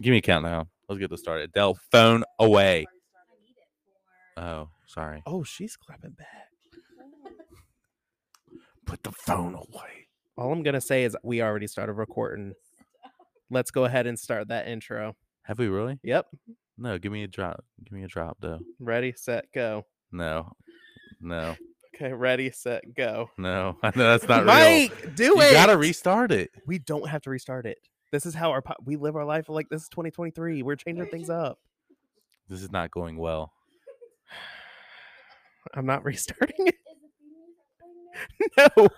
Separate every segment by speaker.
Speaker 1: Give me a countdown. Let's get this started. Dell, phone away. Oh, sorry.
Speaker 2: Oh, she's clapping back.
Speaker 1: Put the phone away.
Speaker 2: All I'm gonna say is we already started recording. Let's go ahead and start that intro.
Speaker 1: Have we really?
Speaker 2: Yep.
Speaker 1: No, give me a drop. Give me a drop, though.
Speaker 2: Ready, set, go.
Speaker 1: No, no,
Speaker 2: Okay, ready, set, go.
Speaker 1: no. I know that's not real.
Speaker 2: Mike, do
Speaker 1: You
Speaker 2: it.
Speaker 1: gotta restart it.
Speaker 2: we don't have to restart it. This is how our po- we live our life like this is 2023. We're changing things up.
Speaker 1: This is not going well.
Speaker 2: I'm not restarting it. No.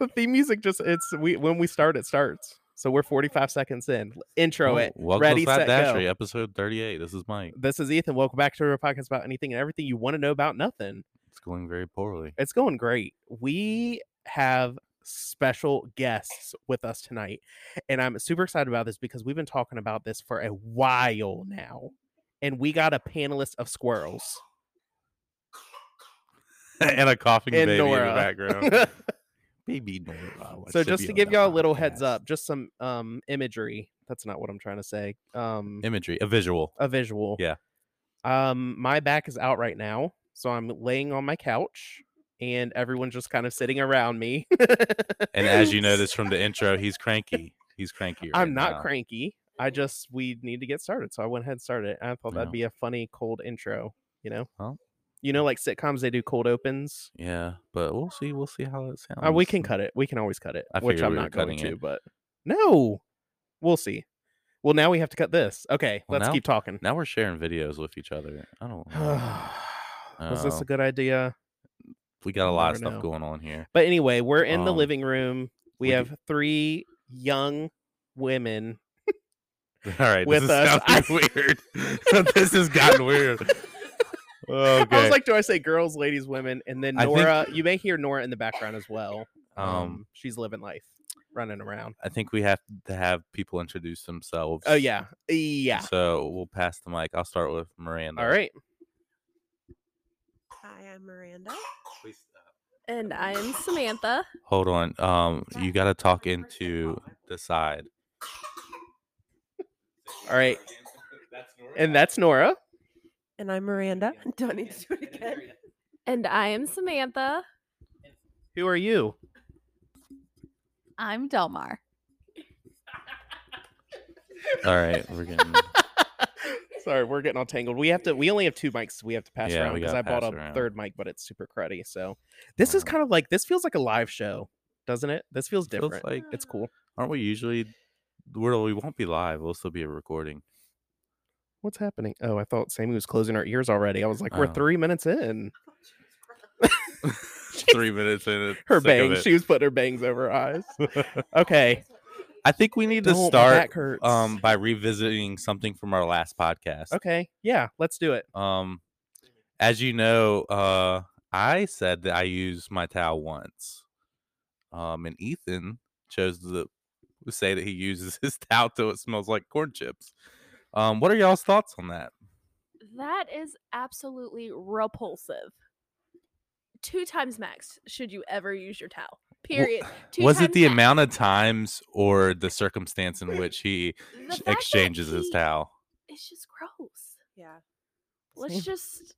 Speaker 2: The theme music just it's we when we start it starts. So we're 45 seconds in. Intro
Speaker 1: Oh,
Speaker 2: it.
Speaker 1: Welcome
Speaker 2: Ready,
Speaker 1: to Fat
Speaker 2: set,
Speaker 1: Dashery,
Speaker 2: go.
Speaker 1: episode 38. This is Mike.
Speaker 2: This is Ethan. Welcome back to our podcast about anything and everything you want to know about nothing.
Speaker 1: It's going very poorly.
Speaker 2: It's going great. We have special guests with us tonight, and I'm super excited about this because we've been talking about this for a while now, and we got a panelist of squirrels.
Speaker 1: and a coughing
Speaker 2: And
Speaker 1: baby in
Speaker 2: Nora.
Speaker 1: the background. baby Nora. what
Speaker 2: so
Speaker 1: Oh, should
Speaker 2: just
Speaker 1: be
Speaker 2: to
Speaker 1: on
Speaker 2: give
Speaker 1: the
Speaker 2: y'all a little heads
Speaker 1: podcast.
Speaker 2: up, just some um imagery. That's not what I'm trying to say. Um,
Speaker 1: Imagery, a visual.
Speaker 2: a visual.
Speaker 1: Yeah.
Speaker 2: Um, my back is out right now, so I'm laying on my couch. And everyone's just kind of sitting around me.
Speaker 1: And as you notice from the intro, he's cranky. He's cranky. right
Speaker 2: I'm not
Speaker 1: now.
Speaker 2: cranky. I just we need to get started, so I went ahead and started. it, and I thought
Speaker 1: Yeah.
Speaker 2: that'd be a funny cold intro, you know.
Speaker 1: Well.
Speaker 2: you know, like sitcoms, they do cold opens.
Speaker 1: Yeah, but we'll see. We'll see how it sounds.
Speaker 2: Uh, we can cut it. We can always cut it,
Speaker 1: I
Speaker 2: which
Speaker 1: figured
Speaker 2: I'm
Speaker 1: we were
Speaker 2: not going
Speaker 1: cutting it.
Speaker 2: to. But no, we'll see. Well, now we have to cut this. Okay,
Speaker 1: Well,
Speaker 2: let's
Speaker 1: now-
Speaker 2: keep talking.
Speaker 1: Now we're sharing videos with each other. I don't. know.
Speaker 2: Was this
Speaker 1: Oh.
Speaker 2: a good idea?
Speaker 1: we got a
Speaker 2: We'll
Speaker 1: lot of
Speaker 2: never
Speaker 1: stuff
Speaker 2: know.
Speaker 1: going on here.
Speaker 2: But anyway, we're in the
Speaker 1: Um,
Speaker 2: living room. We
Speaker 1: we do-
Speaker 2: have three young women.
Speaker 1: All right,
Speaker 2: With
Speaker 1: this is
Speaker 2: us, I-
Speaker 1: sounding weird. this has gotten weird. Okay.
Speaker 2: I was like, do I say girls, ladies, women? And then
Speaker 1: I think-
Speaker 2: Nora, you may hear Nora in the background as well.
Speaker 1: um,
Speaker 2: Um, she's living life, running around.
Speaker 1: I think we have to have people introduce themselves.
Speaker 2: Oh yeah, yeah.
Speaker 1: So we'll pass the mic. I'll start with Miranda.
Speaker 2: All right.
Speaker 3: Hi, I'm Miranda.
Speaker 1: Please, uh,
Speaker 4: And I am Samantha.
Speaker 1: Hold on. Um, you got to talk into the side.
Speaker 2: All right. And that's Nora.
Speaker 3: And I'm Miranda. Do I need to do it again?
Speaker 4: And I am Samantha.
Speaker 2: Who are you?
Speaker 4: I'm Delmar.
Speaker 1: All right, we're getting.
Speaker 2: Sorry, we're getting all tangled. We have to. We only have two mics. We have to pass
Speaker 1: Yeah,
Speaker 2: around
Speaker 1: we
Speaker 2: because
Speaker 1: gotta
Speaker 2: I bought
Speaker 1: pass
Speaker 2: a
Speaker 1: around.
Speaker 2: third mic, but it's super cruddy. So this is
Speaker 1: Wow.
Speaker 2: kind of like this feels like a live show, doesn't it? This feels
Speaker 1: Feels
Speaker 2: different.
Speaker 1: like-
Speaker 2: it's cool.
Speaker 1: Aren't we usually? We're, we won't be live. We'll still be a recording.
Speaker 2: What's happening? Oh, I thought Sammy was closing her ears already. I was like, we're
Speaker 1: Oh.
Speaker 2: three minutes in.
Speaker 1: Three minutes in. and
Speaker 2: Her
Speaker 1: sick of
Speaker 2: bangs.
Speaker 1: it.
Speaker 2: She was putting her bangs over her eyes. Okay.
Speaker 1: I think we need to
Speaker 2: Don't, my
Speaker 1: start
Speaker 2: back hurts.
Speaker 1: um by revisiting something from our last podcast.
Speaker 2: Okay. Yeah. Let's do it.
Speaker 1: Um, as you know, uh, I said that I used my towel once. Um, and Ethan chose to say that he uses his towel till it smells like corn chips. Um, what are y'all's thoughts on that?
Speaker 4: That is absolutely repulsive. Two times max should you ever use your towel. Period. Two
Speaker 1: Was it
Speaker 4: times
Speaker 1: the
Speaker 4: max.
Speaker 1: amount of times or the circumstance in which he
Speaker 4: The
Speaker 1: sh-
Speaker 4: fact that
Speaker 1: exchanges his
Speaker 4: he-
Speaker 1: towel?
Speaker 4: It's just gross.
Speaker 3: Yeah.
Speaker 4: Let's just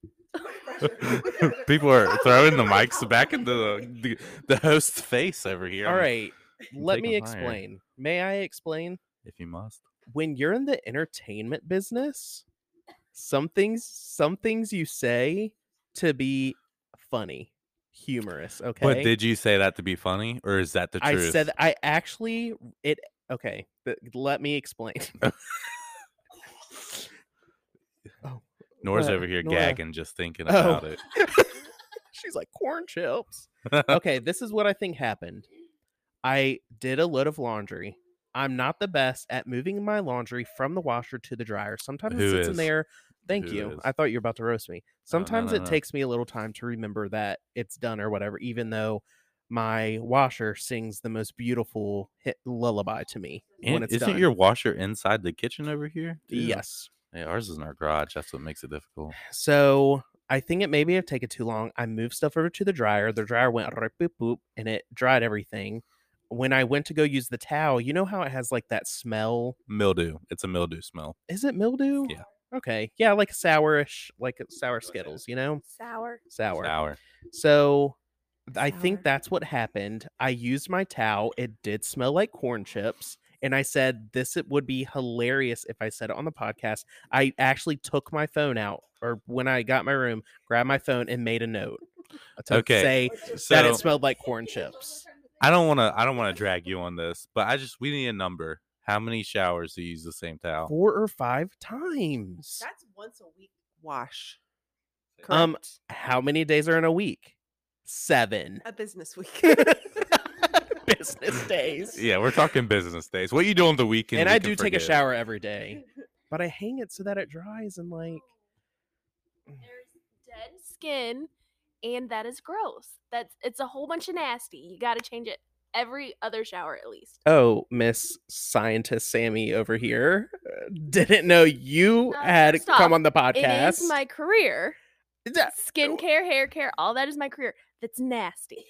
Speaker 1: People are throwing the mics back into the, the, the host's face over here.
Speaker 2: All
Speaker 1: I'm-
Speaker 2: right. Let
Speaker 1: take
Speaker 2: me
Speaker 1: 'em higher.
Speaker 2: explain. May I explain?
Speaker 1: If you must.
Speaker 2: When you're in the entertainment business, some things some things you say to be funny, humorous, okay?
Speaker 1: But did you say that to be funny, or is that the
Speaker 2: I
Speaker 1: truth?
Speaker 2: said I actually it okay, th- let me explain.
Speaker 1: Nora's
Speaker 2: What?
Speaker 1: over here
Speaker 2: Nora.
Speaker 1: gagging just thinking
Speaker 2: Oh.
Speaker 1: about it.
Speaker 2: She's like corn chips. okay, this is what I think happened. I did a load of laundry. I'm not the best at moving my laundry from the washer to the dryer. Sometimes
Speaker 1: Who
Speaker 2: it sits in
Speaker 1: is?
Speaker 2: there. Thank
Speaker 1: Who
Speaker 2: you.
Speaker 1: is?
Speaker 2: I thought you were about to roast me. Sometimes
Speaker 1: no,
Speaker 2: it
Speaker 1: no.
Speaker 2: takes me a little time to remember that it's done or whatever, even though my washer sings the most beautiful hit lullaby to me when
Speaker 1: And
Speaker 2: it's
Speaker 1: isn't
Speaker 2: done.
Speaker 1: your washer inside the kitchen over here? too?
Speaker 2: yes.
Speaker 1: Yeah, ours is in our garage. That's what makes it difficult.
Speaker 2: So I think it maybe have taken too long. I moved stuff over to the dryer. The dryer went rip, boop, boop, and it dried everything. when I went to go use the towel, you know how it has like that smell?
Speaker 1: Mildew. It's a mildew smell.
Speaker 2: Is it mildew?
Speaker 1: Yeah.
Speaker 2: Okay. Yeah, like sourish, like sour Skittles, you know?
Speaker 4: Sour.
Speaker 2: Sour.
Speaker 1: Sour.
Speaker 2: So th- I think
Speaker 3: Sour.
Speaker 2: that's what happened. I used my towel. It did smell like corn chips. And I said, this it would be hilarious if I said it on the podcast. I actually took my phone out, or when I got my room, grabbed my phone and made a note uh, to
Speaker 1: Okay,
Speaker 2: say
Speaker 1: So
Speaker 2: that it smelled like corn chips.
Speaker 1: I don't want to. I don't want to drag you on this, but I just we need a number. How many showers do you use the same towel?
Speaker 2: Four or five times.
Speaker 3: That's once a week wash.
Speaker 2: Um,
Speaker 3: Correct.
Speaker 2: How many days are in a week? Seven
Speaker 3: a business week.
Speaker 2: business days.
Speaker 1: Yeah, we're talking business days. What you do on the weekend?
Speaker 2: and
Speaker 1: we
Speaker 2: I
Speaker 1: can
Speaker 2: do take a
Speaker 1: forget.
Speaker 2: shower every day, but I hang it so that it dries and like
Speaker 4: There's dead skin, and that is gross. That's it's a whole bunch of nasty. You got to change it every other shower at least.
Speaker 2: oh, Miss Scientist Sammy over here uh, didn't know you
Speaker 4: No,
Speaker 2: had
Speaker 4: first off,
Speaker 2: come on the
Speaker 4: Uh, It
Speaker 2: podcast.
Speaker 4: is my career.
Speaker 1: Uh,
Speaker 2: Da-
Speaker 4: Skincare, hair care, all that is my career. That's nasty.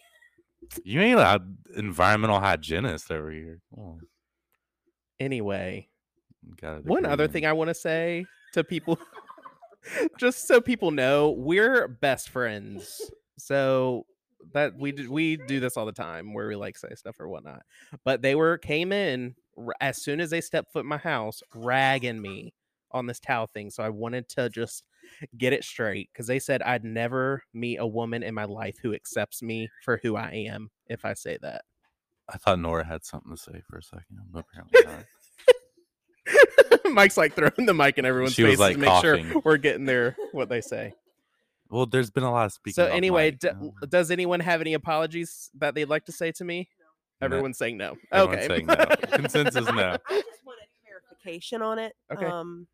Speaker 1: You ain't an environmental hygienist over here. Oh,
Speaker 2: anyway,
Speaker 1: got a
Speaker 2: one
Speaker 1: degree
Speaker 2: other
Speaker 1: in-
Speaker 2: thing I want to say to people, just so people know, we're best friends. So that we do, we do this all the time where we like say stuff or whatnot. But they were came in r- as soon as they stepped foot in my house, ragging me on this towel thing. So I wanted to just get it straight because they said I'd never meet a woman in my life who accepts me for who I am if I say that.
Speaker 1: I thought Nora had something to say for a second, but apparently not.
Speaker 2: Mike's like throwing the mic in everyone's
Speaker 1: She was,
Speaker 2: face
Speaker 1: like,
Speaker 2: to make sure
Speaker 1: coughing.
Speaker 2: we're getting their what they say.
Speaker 1: well, there's been a lot of speaking.
Speaker 2: so
Speaker 1: off
Speaker 2: anyway,
Speaker 1: mic,
Speaker 2: d-
Speaker 1: um,
Speaker 2: does anyone have any apologies that they'd like to say to me?
Speaker 1: No.
Speaker 2: Everyone's saying no.
Speaker 1: everyone's
Speaker 2: okay.
Speaker 1: saying no. Consensus no.
Speaker 3: I just wanted clarification on it.
Speaker 2: Okay.
Speaker 3: Um,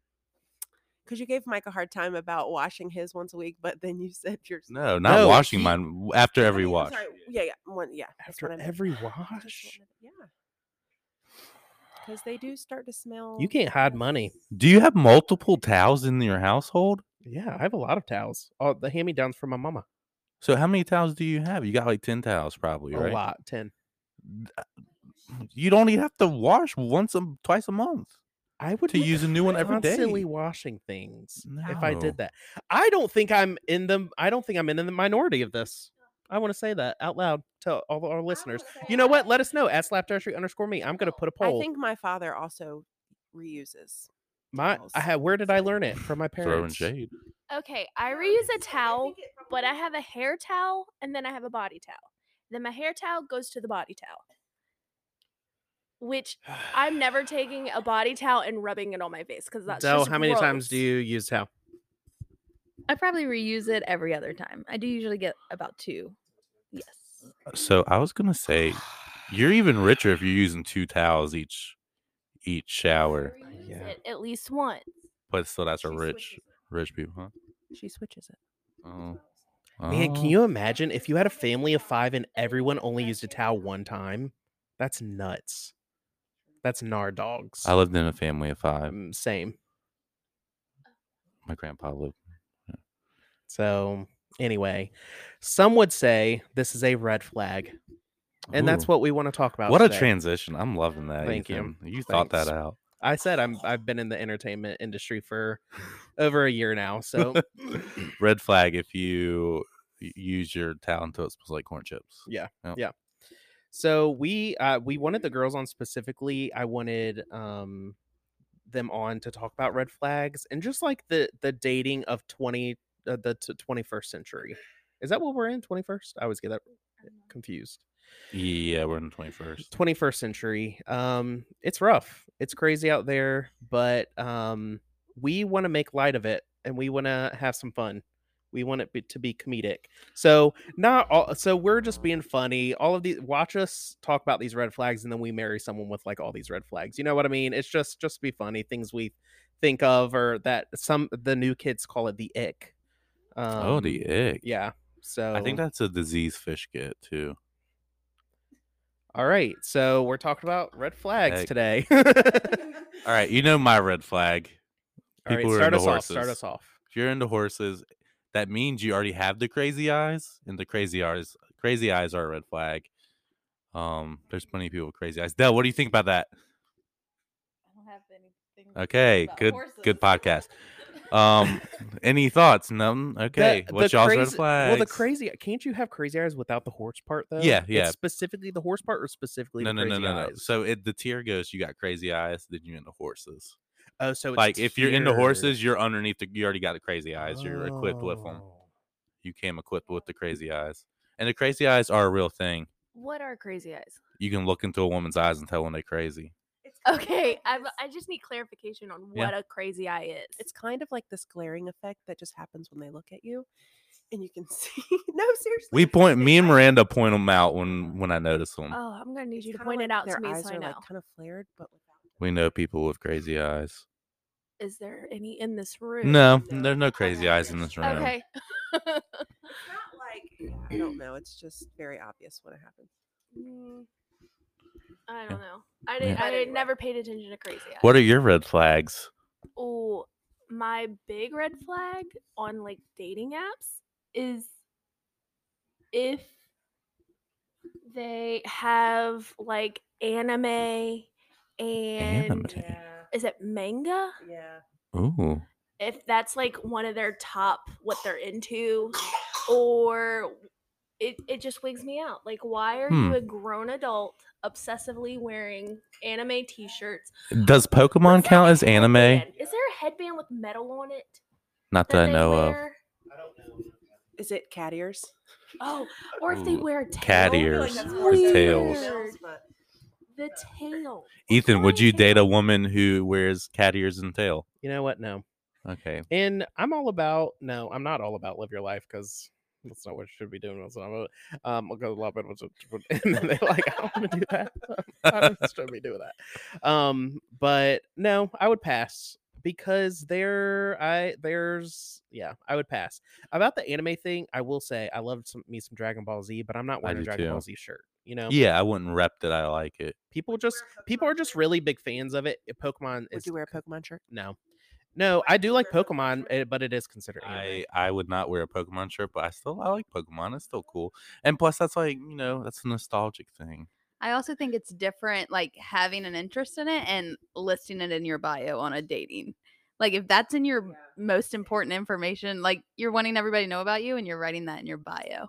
Speaker 3: because you gave Mike a hard time about washing his once a week, but then you said yours.
Speaker 1: No, not
Speaker 2: No,
Speaker 1: washing
Speaker 2: he-
Speaker 1: mine w- after every
Speaker 3: I mean, I'm
Speaker 1: wash.
Speaker 3: sorry, Yeah, yeah, one, yeah. that's
Speaker 2: After
Speaker 3: what I meant.
Speaker 2: every
Speaker 3: I just
Speaker 2: wash,
Speaker 3: wanted- Yeah. Because they do start to smell.
Speaker 2: you can't hide money.
Speaker 1: Do you have multiple towels in your household?
Speaker 2: Yeah, I have a lot of towels. Oh, the hand me downs from my mama.
Speaker 1: So how many towels do you have? You got like ten towels, probably,
Speaker 2: A
Speaker 1: right?
Speaker 2: lot. Ten.
Speaker 1: You don't even have to wash once a twice a month
Speaker 2: I would
Speaker 1: to
Speaker 2: look
Speaker 1: use a new one every day.
Speaker 2: constantly washing things. If I
Speaker 1: No.
Speaker 2: did that, I don't think I'm in the. I don't think I'm in the minority of this. I want to say that out loud to all our listeners. You know what? Let us know at slapdashery underscore me. I'm going to put a
Speaker 3: I
Speaker 2: poll.
Speaker 3: think my father also reuses.
Speaker 2: my,
Speaker 3: towels.
Speaker 2: I have, where did I learn it from my parents?
Speaker 1: Throwing shade.
Speaker 4: Okay, I reuse a towel, but I have a hair towel and then I have a body towel. Then my hair towel goes to the body towel. Which I'm never taking a body towel and rubbing it on my face because that's
Speaker 2: So
Speaker 4: just
Speaker 2: how many times do
Speaker 4: gross.
Speaker 2: you use towel?
Speaker 5: I probably reuse it every other time. I do usually get about two. Yes.
Speaker 1: So I was gonna say, you're even richer if you're using two towels each each shower.
Speaker 4: Reuse
Speaker 2: Yeah.
Speaker 4: it at least once?
Speaker 1: But still, that's a
Speaker 3: She
Speaker 1: rich rich people, huh?
Speaker 3: She switches it.
Speaker 1: Oh.
Speaker 2: Man,
Speaker 1: Oh.
Speaker 2: can you imagine if you had a family of five and everyone only used a towel one time? That's nuts. That's gnar dogs.
Speaker 1: I lived in a family of five.
Speaker 2: Um, same.
Speaker 1: My grandpa lived.
Speaker 2: So anyway, some would say this is a red flag, and that's
Speaker 1: Ooh.
Speaker 2: what we want to talk about.
Speaker 1: What a
Speaker 2: today.
Speaker 1: transition! I'm loving that.
Speaker 2: Thank you.
Speaker 1: Ethan. You thought that
Speaker 2: Thanks.
Speaker 1: out.
Speaker 2: I said I'm. I've been in the entertainment industry for over a year now. So
Speaker 1: Red flag if you y- use your towel until it smells like corn chips.
Speaker 2: Yeah.
Speaker 1: Yep.
Speaker 2: Yeah. So we uh we wanted the girls on specifically. I wanted um them on to talk about red flags and just like the the dating of 20 uh, the t- 21st century. Is that what we're in 21st? I always get that confused.
Speaker 1: Yeah, we're in the 21st.
Speaker 2: 21st century. Um it's rough. It's crazy out there, but um we want to make light of it and we want to have some fun. We want it be, to be comedic. So not all. So we're just being funny. All of these. Watch us talk about these red flags, and then we marry someone with like all these red flags. You know what I mean? It's just just be funny things we think of, or that some the new kids call it the ick. Um,
Speaker 1: oh, the egg.
Speaker 2: Yeah. So
Speaker 1: I think that's a disease fish get too.
Speaker 2: All right. So we're talking about red flags
Speaker 1: Ick.
Speaker 2: today.
Speaker 1: All right, you know my red flag.
Speaker 2: All right.
Speaker 1: People who are
Speaker 2: Start
Speaker 1: into
Speaker 2: us off. Start
Speaker 1: horses.
Speaker 2: us off.
Speaker 1: If you're into horses, that means you already have the crazy eyes, and the crazy eyes, crazy eyes are a red flag. Um, there's plenty of people with crazy eyes. Dell, what do you think about that?
Speaker 5: I don't have anything.
Speaker 1: Okay,
Speaker 5: about
Speaker 1: good-
Speaker 5: horses.
Speaker 1: good podcast. Um, any thoughts? None. Okay,
Speaker 2: The-
Speaker 1: what's
Speaker 2: the
Speaker 1: y'all's red
Speaker 2: crazy-
Speaker 1: flags?
Speaker 2: Well, the crazy can't you have crazy eyes without the horse part though?
Speaker 1: Yeah,
Speaker 2: It's
Speaker 1: yeah.
Speaker 2: specifically the horse part, or specifically
Speaker 1: No,
Speaker 2: the
Speaker 1: no,
Speaker 2: crazy
Speaker 1: no, no, no.
Speaker 2: eyes?
Speaker 1: So it, the tier goes. You got crazy eyes, then you into horses.
Speaker 2: Oh, so it's
Speaker 1: like if you're into
Speaker 2: tiered.
Speaker 1: horses, you're underneath. The, you already got the crazy eyes. You're equipped with them.
Speaker 2: Oh.
Speaker 1: You came equipped with the crazy eyes, and the crazy eyes are a real thing.
Speaker 4: What are crazy eyes?
Speaker 1: You can look into a woman's eyes and tell when they're crazy.
Speaker 3: It's kind of
Speaker 4: Okay,
Speaker 3: like
Speaker 4: I
Speaker 3: this-
Speaker 4: I just need clarification on
Speaker 1: Yeah.
Speaker 4: what a crazy eye is.
Speaker 3: it's kind of like this glaring effect that just happens when they look at you, and you can see. no, seriously.
Speaker 1: We
Speaker 3: it's
Speaker 1: point.
Speaker 3: like
Speaker 1: Me and
Speaker 3: eyes-
Speaker 1: Miranda point them out when when I notice them.
Speaker 4: oh, I'm gonna need
Speaker 3: it's
Speaker 4: you to
Speaker 3: kinda
Speaker 4: point
Speaker 3: like
Speaker 4: it out
Speaker 3: their
Speaker 4: to me
Speaker 3: eyes
Speaker 4: so I
Speaker 3: are
Speaker 4: know.
Speaker 3: like kind of flared, but without.
Speaker 1: We know people with crazy eyes.
Speaker 4: Is there any in this room?
Speaker 1: No,
Speaker 3: No.
Speaker 1: there's no
Speaker 3: I
Speaker 1: crazy
Speaker 3: have
Speaker 1: eyes in
Speaker 3: this.
Speaker 1: this room.
Speaker 4: Okay.
Speaker 3: It's not like yeah, I don't know. It's just very obvious when it happens.
Speaker 4: Mm, I don't know. I
Speaker 1: Yeah.
Speaker 4: didn't. I
Speaker 3: But anyway.
Speaker 4: never paid attention to crazy eyes.
Speaker 1: What are your red flags?
Speaker 4: Oh, my big red flag on like dating apps is if they have like anime and uh,
Speaker 1: Anime.
Speaker 4: is it manga?
Speaker 3: yeah.
Speaker 1: Ooh.
Speaker 4: If that's like one of their top what they're into or it, it just wigs me out. Like why are
Speaker 1: Hmm.
Speaker 4: you a grown adult obsessively wearing anime t-shirts?
Speaker 1: Does Pokemon
Speaker 4: What's that
Speaker 1: count as anime?
Speaker 4: headband? Is there a headband with metal on it?
Speaker 1: Not that I
Speaker 4: they
Speaker 1: know of.
Speaker 4: wear?
Speaker 3: Is it cat ears?
Speaker 4: Oh, or if they
Speaker 1: Ooh,
Speaker 4: wear a tail.
Speaker 1: cat
Speaker 3: Oh, I feel
Speaker 1: ears.
Speaker 3: that's
Speaker 1: With
Speaker 3: more so for
Speaker 1: tails.
Speaker 3: males,
Speaker 4: Weird.
Speaker 3: but
Speaker 4: The tail.
Speaker 1: Ethan, would
Speaker 4: Why
Speaker 1: you
Speaker 4: tail?
Speaker 1: date a woman who wears cat ears and tail?
Speaker 2: You know what? No.
Speaker 1: Okay.
Speaker 2: And I'm all about no, I'm not all about live your life because that's not what you should be doing. That's not what, um, I'll go a lot better. with it, And then they're like, I don't want to do that. I shouldn't be doing that. Um, but no, I would pass because there, I there's yeah, I would pass. About the anime thing, I will say I loved some me some Dragon Ball Z, but I'm not wearing a
Speaker 1: do
Speaker 2: Dragon Ball
Speaker 1: too.
Speaker 2: Z shirt. You know,
Speaker 1: Yeah, I wouldn't rep that I like it.
Speaker 2: people just people are just really big fans of it. Pokemon
Speaker 3: Would
Speaker 2: is
Speaker 3: you wear a Pokemon shirt?
Speaker 2: no. No, I do like Pokemon, eh, but it is considered anime.
Speaker 1: I, I would not wear a Pokemon shirt, but I still I like Pokemon. It's still cool. And plus that's like, you know, that's a nostalgic thing.
Speaker 5: I also think it's different, like having an interest in it and listing it in your bio on a dating. Like if that's in your most important information, like you're wanting everybody to know about you and you're writing that in your bio.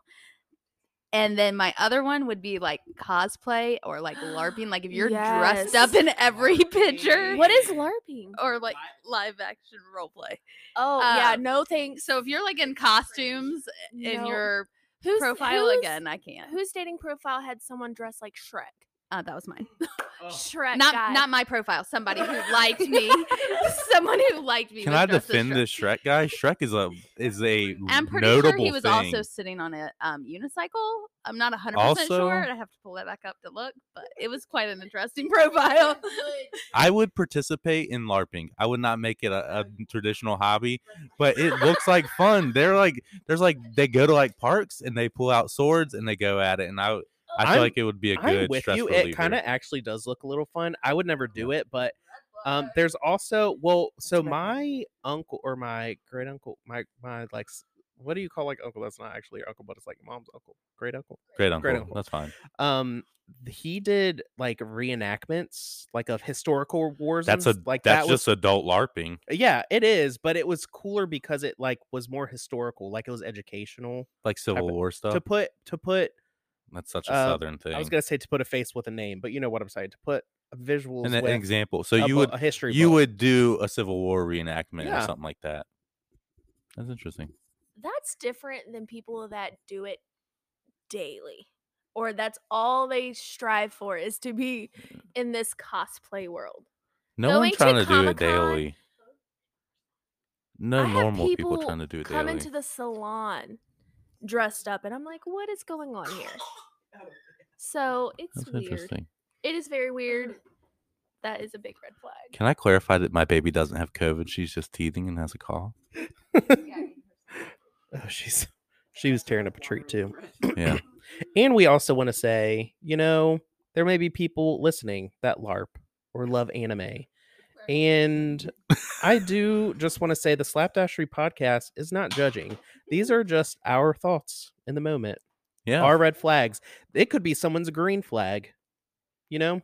Speaker 5: And then my other one would be like cosplay or like LARPing. Like if you're dressed up
Speaker 4: Yes.
Speaker 5: in every picture.
Speaker 4: What is LARPing?
Speaker 5: or like live action role play.
Speaker 4: Oh yeah,
Speaker 5: Um,
Speaker 4: no thanks.
Speaker 5: So if you're like in costumes in
Speaker 4: No.
Speaker 5: your
Speaker 4: Who's-
Speaker 5: profile
Speaker 4: who's-
Speaker 5: again, I can't.
Speaker 4: Whose dating profile had someone dressed like Shrek?
Speaker 5: Uh, that was mine.
Speaker 3: Oh.
Speaker 4: Shrek.
Speaker 5: not
Speaker 4: guy.
Speaker 5: not my profile. Somebody who liked me. Someone who liked me.
Speaker 1: Can
Speaker 5: was
Speaker 1: I
Speaker 5: dressed as
Speaker 1: defend
Speaker 5: Shrek.
Speaker 1: this Shrek guy? Shrek is a is a
Speaker 5: I'm pretty
Speaker 1: notable
Speaker 5: sure he was
Speaker 1: thing.
Speaker 5: also sitting on a um, unicycle. I'm not 100%
Speaker 1: Also-
Speaker 5: sure. I have to pull that back up to look, but it was quite an interesting profile.
Speaker 1: I would participate in LARPing. I would not make it a, a traditional hobby, but it looks like fun. They're like, there's like, they go to like parks and they pull out swords and they go at it. And I, w- I feel
Speaker 2: I'm-
Speaker 1: like it would be a
Speaker 2: I'm
Speaker 1: good
Speaker 2: with
Speaker 1: stress
Speaker 2: you.
Speaker 1: reliever.
Speaker 2: It kind of actually does look a little fun. I would never do it, but um, there's also well, so
Speaker 3: what I
Speaker 2: my uncle or my great uncle, my my like, s- what do you call like uncle? That's not actually your uncle, but it's like mom's uncle, great uncle.
Speaker 1: great uncle.
Speaker 2: uncle.
Speaker 1: That's fine.
Speaker 2: Um, he did like reenactments like of historical wars.
Speaker 1: That's a
Speaker 2: and s- like
Speaker 1: that's
Speaker 2: that was
Speaker 1: just adult LARPing.
Speaker 2: yeah, it is, but it was cooler because it like was more historical, like it was educational.
Speaker 1: Like Civil
Speaker 2: bet-
Speaker 1: War stuff.
Speaker 2: To put to put,
Speaker 1: that's such a
Speaker 2: uh,
Speaker 1: southern thing.
Speaker 2: I was gonna say to put a face with a name, but you know what I'm saying. To put visuals
Speaker 1: and an
Speaker 2: with
Speaker 1: example. So
Speaker 2: a
Speaker 1: you
Speaker 2: bu-
Speaker 1: would
Speaker 2: a history
Speaker 1: you
Speaker 2: book.
Speaker 1: would do a Civil War reenactment or
Speaker 2: Yeah.
Speaker 1: something like that. That's interesting.
Speaker 4: That's different than people that do it daily. Or that's all they strive for is to be
Speaker 1: Mm-hmm.
Speaker 4: in this cosplay world.
Speaker 1: No
Speaker 4: Going
Speaker 1: one
Speaker 4: to
Speaker 1: trying to, do it
Speaker 4: Comic-Con,
Speaker 1: daily. No
Speaker 4: I have
Speaker 1: normal people,
Speaker 4: people
Speaker 1: trying to do it
Speaker 4: Come
Speaker 1: daily.
Speaker 4: into the salon dressed up and I'm like, what is going on here? So it's
Speaker 1: Oh, That's
Speaker 4: weird.
Speaker 1: interesting.
Speaker 4: It is very weird. That is a big red flag.
Speaker 1: Can I clarify that my baby doesn't have COVID? She's just teething and has a cough.
Speaker 2: Oh, she's she was tearing up a tree too.
Speaker 1: Yeah.
Speaker 2: And we also want to say, you know, there may be people listening that LARP or love anime. And I do just want to say the Slapdashery podcast is not judging. These are just our thoughts in the moment.
Speaker 1: Yeah.
Speaker 2: Are red flags. It could be someone's green flag. You know?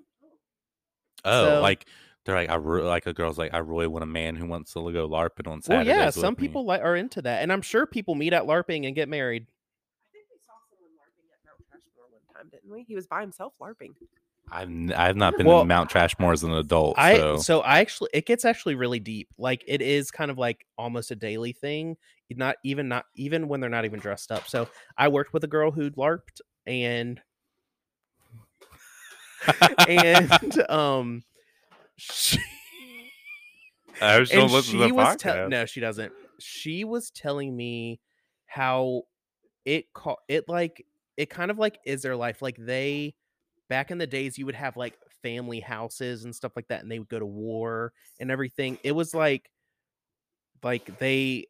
Speaker 1: oh,
Speaker 2: so-
Speaker 1: like they're like I re- like a girl's like I really want a man who wants to go larping on
Speaker 2: Well,
Speaker 1: Saturdays.
Speaker 2: yeah,
Speaker 1: with
Speaker 2: some
Speaker 1: me."
Speaker 2: people like are into that. And I'm sure people meet at LARPing and get married.
Speaker 3: I think we saw someone LARPing at Mount Rushmore one time, didn't we? He was by himself LARPing.
Speaker 1: I've n- I've not been
Speaker 2: Well,
Speaker 1: to Mount Trashmore as an adult.
Speaker 2: I
Speaker 1: so.
Speaker 2: so. I actually it gets actually really deep. Like it is kind of like almost a daily thing. e, Not even not even when they're not even dressed up. So I worked with a girl who larped and and um she,
Speaker 1: I was
Speaker 2: and she was tell no she doesn't. She was telling me how it caught it like it kind of like is their life like they back in the days you would have like family houses and stuff like that and they would go to war and everything it was like like they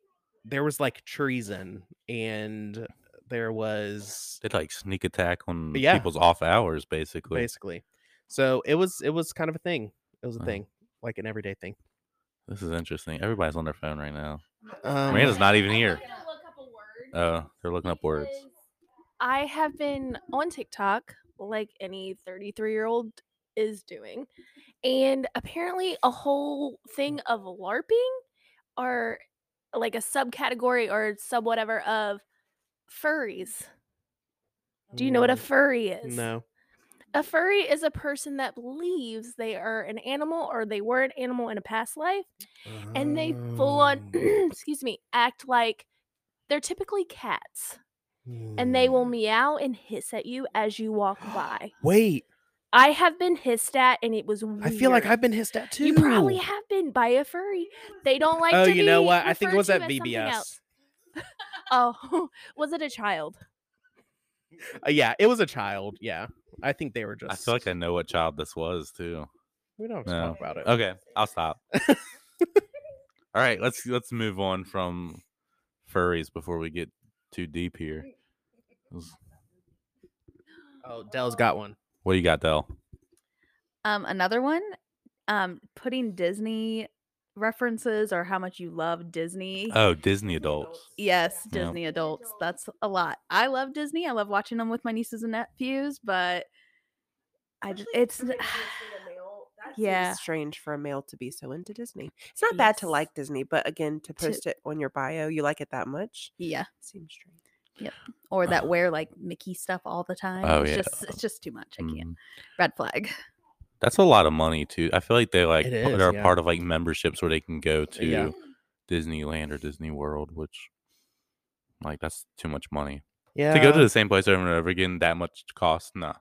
Speaker 2: there was like treason and there was
Speaker 1: They'd like sneak attack on
Speaker 2: But yeah.
Speaker 1: people's off hours, basically.
Speaker 2: basically so it was it was kind of a thing it was a
Speaker 1: Wow.
Speaker 2: thing like an everyday thing
Speaker 1: This is interesting. Everybody's on their phone right now.
Speaker 2: um,
Speaker 1: Miranda's not even
Speaker 4: I'm
Speaker 1: here.
Speaker 4: gonna look up a word
Speaker 1: Oh, they're looking up words.
Speaker 4: because I have been on TikTok like any 33 year old is doing. And apparently, a whole thing of LARPing or like a subcategory or sub whatever of furries. Do you know what a
Speaker 2: Mm,
Speaker 4: furry is?
Speaker 2: no
Speaker 4: A furry is a person that believes they are an animal or they were an animal in a past life and they full on, excuse me, act like they're typically cats
Speaker 2: Oh.
Speaker 4: and they will meow and hiss at you as you walk by.
Speaker 2: wait
Speaker 4: I have been hissed at, and it was. Weird.
Speaker 2: i feel like i've been hissed at too
Speaker 4: You probably have been by a furry. They don't like.
Speaker 2: oh
Speaker 4: to
Speaker 2: you know
Speaker 4: be
Speaker 2: what i think it
Speaker 4: referred
Speaker 2: was
Speaker 4: to
Speaker 2: at
Speaker 4: as something
Speaker 2: vbs
Speaker 4: else. Oh, was it a child?
Speaker 2: Uh, yeah it was a child yeah i think they were just
Speaker 1: I feel like I know what child this was too.
Speaker 2: we don't have to
Speaker 1: No.
Speaker 2: talk about it
Speaker 1: Okay, I'll stop. All right, let's let's move on from furries before we get too deep here.
Speaker 2: oh dell's got one
Speaker 1: What do you got, Dell?
Speaker 5: Um, another one, um, putting Disney references or how much you love Disney.
Speaker 1: Oh, Disney adults.
Speaker 5: yes,
Speaker 1: Yeah.
Speaker 5: Disney adults. That's a lot. I love Disney. I love watching them with my nieces and nephews, but I just it's Yeah.
Speaker 3: yeah strange for a male to be so into Disney. It's not bad to
Speaker 5: Yes.
Speaker 3: like Disney, but again, to
Speaker 5: To-
Speaker 3: post it on your bio, you like it that much
Speaker 5: yeah,
Speaker 3: seems strange.
Speaker 5: or
Speaker 2: Uh-huh.
Speaker 5: that wear like Mickey stuff all the time.
Speaker 1: Oh,
Speaker 5: it's
Speaker 1: yeah.
Speaker 5: just it's just too much. I can't.
Speaker 2: Mm-hmm.
Speaker 1: Mhm.
Speaker 5: Red flag.
Speaker 1: That's a lot of money too. I feel like they like
Speaker 2: It
Speaker 1: p-
Speaker 2: is,
Speaker 1: they're
Speaker 2: yeah. Uh,
Speaker 1: a part of like memberships where they can go to
Speaker 2: Yeah.
Speaker 1: Disneyland or Disney World, which like that's too much money
Speaker 2: yeah
Speaker 1: to go to the same place over and over again. That much cost? Nah.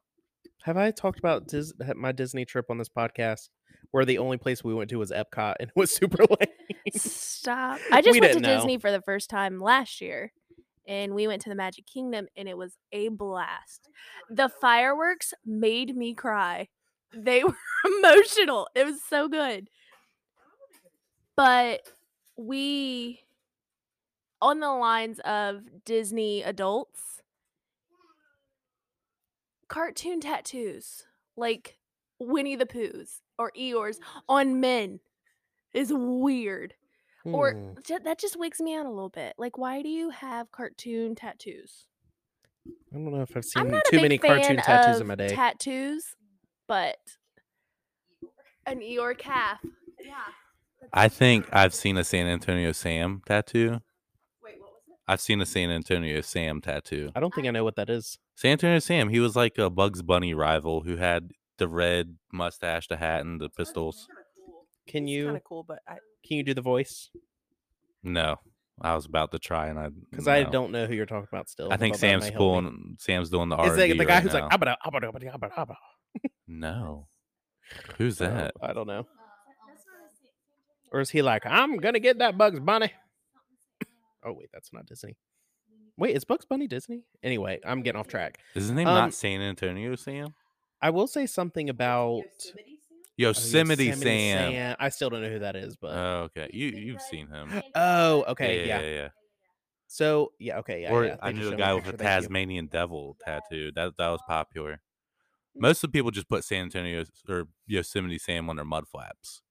Speaker 2: Have I talked about Dis- ha- my Disney trip on this podcast? Where the only place we went to was Epcot and it was super late.
Speaker 4: Stop! I just
Speaker 2: We
Speaker 4: went to
Speaker 2: didn't know.
Speaker 4: Disney for the first time last year, and we went to the Magic Kingdom, and it was a blast. The fireworks made me cry. They were emotional. It was so good. But we, on the lines of Disney adults, cartoon tattoos like Winnie the Pooh's or Eeyore's on men is weird or
Speaker 2: Hmm.
Speaker 4: ju- that just wakes me out a little bit. Like, why do you have cartoon tattoos?
Speaker 2: I don't know if I've
Speaker 4: I'm
Speaker 2: seen
Speaker 4: not
Speaker 2: Mm, too
Speaker 4: a big
Speaker 2: many
Speaker 4: fan
Speaker 2: cartoon tattoos
Speaker 4: of
Speaker 2: in my day.
Speaker 4: tattoos, but an Eeyore calf. Yeah.
Speaker 1: I think I've seen a San Antonio Sam tattoo.
Speaker 3: Wait, what was it?
Speaker 1: I've seen a San Antonio Sam tattoo.
Speaker 2: I don't think I know what that is.
Speaker 1: San Antonio Sam, he was like a Bugs Bunny rival who had the red mustache, the hat,
Speaker 3: Oh,
Speaker 1: and the pistols.
Speaker 2: Can you
Speaker 3: Kind of cool, but I,
Speaker 2: can you do the voice?
Speaker 1: No, I was about to try, and I
Speaker 2: Because I
Speaker 1: no.
Speaker 2: don't know who you're talking about. Still,
Speaker 1: I think
Speaker 2: although that
Speaker 1: Sam's
Speaker 2: may help me.
Speaker 1: pulling. Sam's doing the R.
Speaker 2: Is it the guy who's like abba abba abba abba abba?
Speaker 1: no? Who's
Speaker 2: So,
Speaker 1: that?
Speaker 2: I don't know. Oh. Or is he like I'm gonna get that Bugs Bunny? Oh wait, that's not Disney. Wait, is Bugs Bunny Disney? Anyway, I'm getting off track.
Speaker 1: Is his name
Speaker 2: Um,
Speaker 1: not San Antonio Sam?
Speaker 2: I will say something about oh,
Speaker 1: Yosemite,
Speaker 2: Yosemite
Speaker 1: Sam.
Speaker 2: I still don't know who that is, but
Speaker 1: Oh, okay, you you've seen him.
Speaker 2: oh, okay, yeah.
Speaker 1: yeah, yeah. yeah.
Speaker 2: So yeah, okay, yeah.
Speaker 1: or
Speaker 2: yeah,
Speaker 1: I
Speaker 2: they
Speaker 1: knew
Speaker 2: just
Speaker 1: a
Speaker 2: showed me
Speaker 1: guy with a
Speaker 2: picture, thank you.
Speaker 1: Tasmanian devil tattoo. That that was popular.
Speaker 2: Mm.
Speaker 1: Most of the people just put San Antonio or Yosemite Sam on their mud flaps.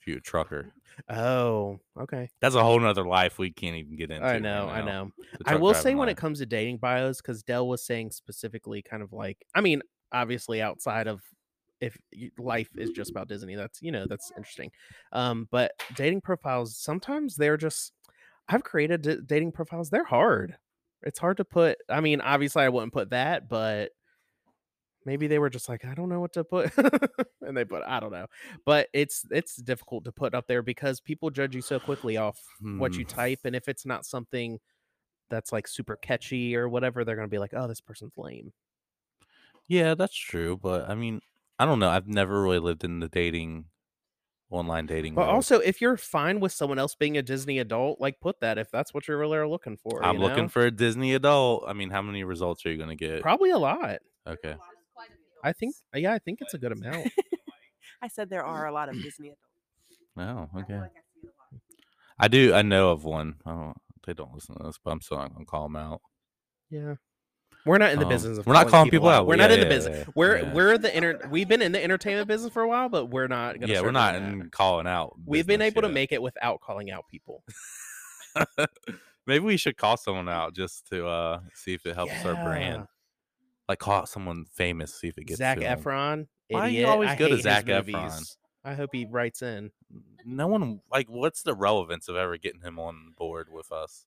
Speaker 1: If you're a trucker,
Speaker 2: Oh, okay.
Speaker 1: That's a whole nother life we can't even get into.
Speaker 2: I
Speaker 1: right
Speaker 2: know, I
Speaker 1: now,
Speaker 2: know.
Speaker 1: the
Speaker 2: I
Speaker 1: truck
Speaker 2: will
Speaker 1: driving
Speaker 2: say when
Speaker 1: life.
Speaker 2: it comes to dating bios, because Dell was saying specifically, kind of like, I mean, obviously outside of if y- life is just about Disney, that's you know that's interesting. Um, but dating profiles sometimes they're just. I've created d- dating profiles. They're hard. It's hard to put. I mean, obviously I wouldn't put that, but maybe they were just like, I don't know what to put, and they put I don't know. But it's it's difficult to put up there because people judge you so quickly off what you
Speaker 1: Hmm.
Speaker 2: type, and if it's not something that's like super catchy or whatever, they're gonna be like, oh, this person's lame.
Speaker 1: Yeah, that's true. But I mean, I don't know. I've never really lived in the dating, online dating.
Speaker 2: But
Speaker 1: world.
Speaker 2: also, if you're fine with someone else being a Disney adult, like put that if that's what you're really are looking for.
Speaker 1: I'm
Speaker 2: you
Speaker 1: looking
Speaker 2: know?
Speaker 1: for a Disney adult. I mean, how many results are you going to get?
Speaker 2: probably a lot.
Speaker 1: Okay.
Speaker 2: I think, yeah, I think it's a good amount.
Speaker 3: I said there are a lot of Disney adults.
Speaker 2: Oh,
Speaker 1: No.
Speaker 3: I feel
Speaker 1: oh, Okay.
Speaker 3: like I see a lot.
Speaker 1: I do. I know of one. I don't. They don't listen to this, but I'm still not going to call them out.
Speaker 2: Yeah, we're not in the
Speaker 1: Um,
Speaker 2: business of
Speaker 1: we're not calling people out.
Speaker 2: We're
Speaker 1: Yeah,
Speaker 2: not in the
Speaker 1: yeah,
Speaker 2: business.
Speaker 1: yeah,
Speaker 2: We're
Speaker 1: yeah.
Speaker 2: we're the inter- We've been in the entertainment business for a while, but we're not. Gonna
Speaker 1: yeah, we're
Speaker 2: start
Speaker 1: not
Speaker 2: doing that.
Speaker 1: in calling out.
Speaker 2: We've been
Speaker 1: business
Speaker 2: able to
Speaker 1: yet.
Speaker 2: make it without calling out people.
Speaker 1: Maybe we should call someone out just to uh see if it helps our brand.
Speaker 2: Yeah.
Speaker 1: Like call someone famous, see if it gets
Speaker 2: Zach
Speaker 1: to 'em.
Speaker 2: Efron.
Speaker 1: Why are you
Speaker 2: idiot.
Speaker 1: always
Speaker 2: I
Speaker 1: good at
Speaker 2: hate his
Speaker 1: Zac Efron?
Speaker 2: movies. I hope he writes in.
Speaker 1: No one like. What's the relevance of ever getting him on board with us?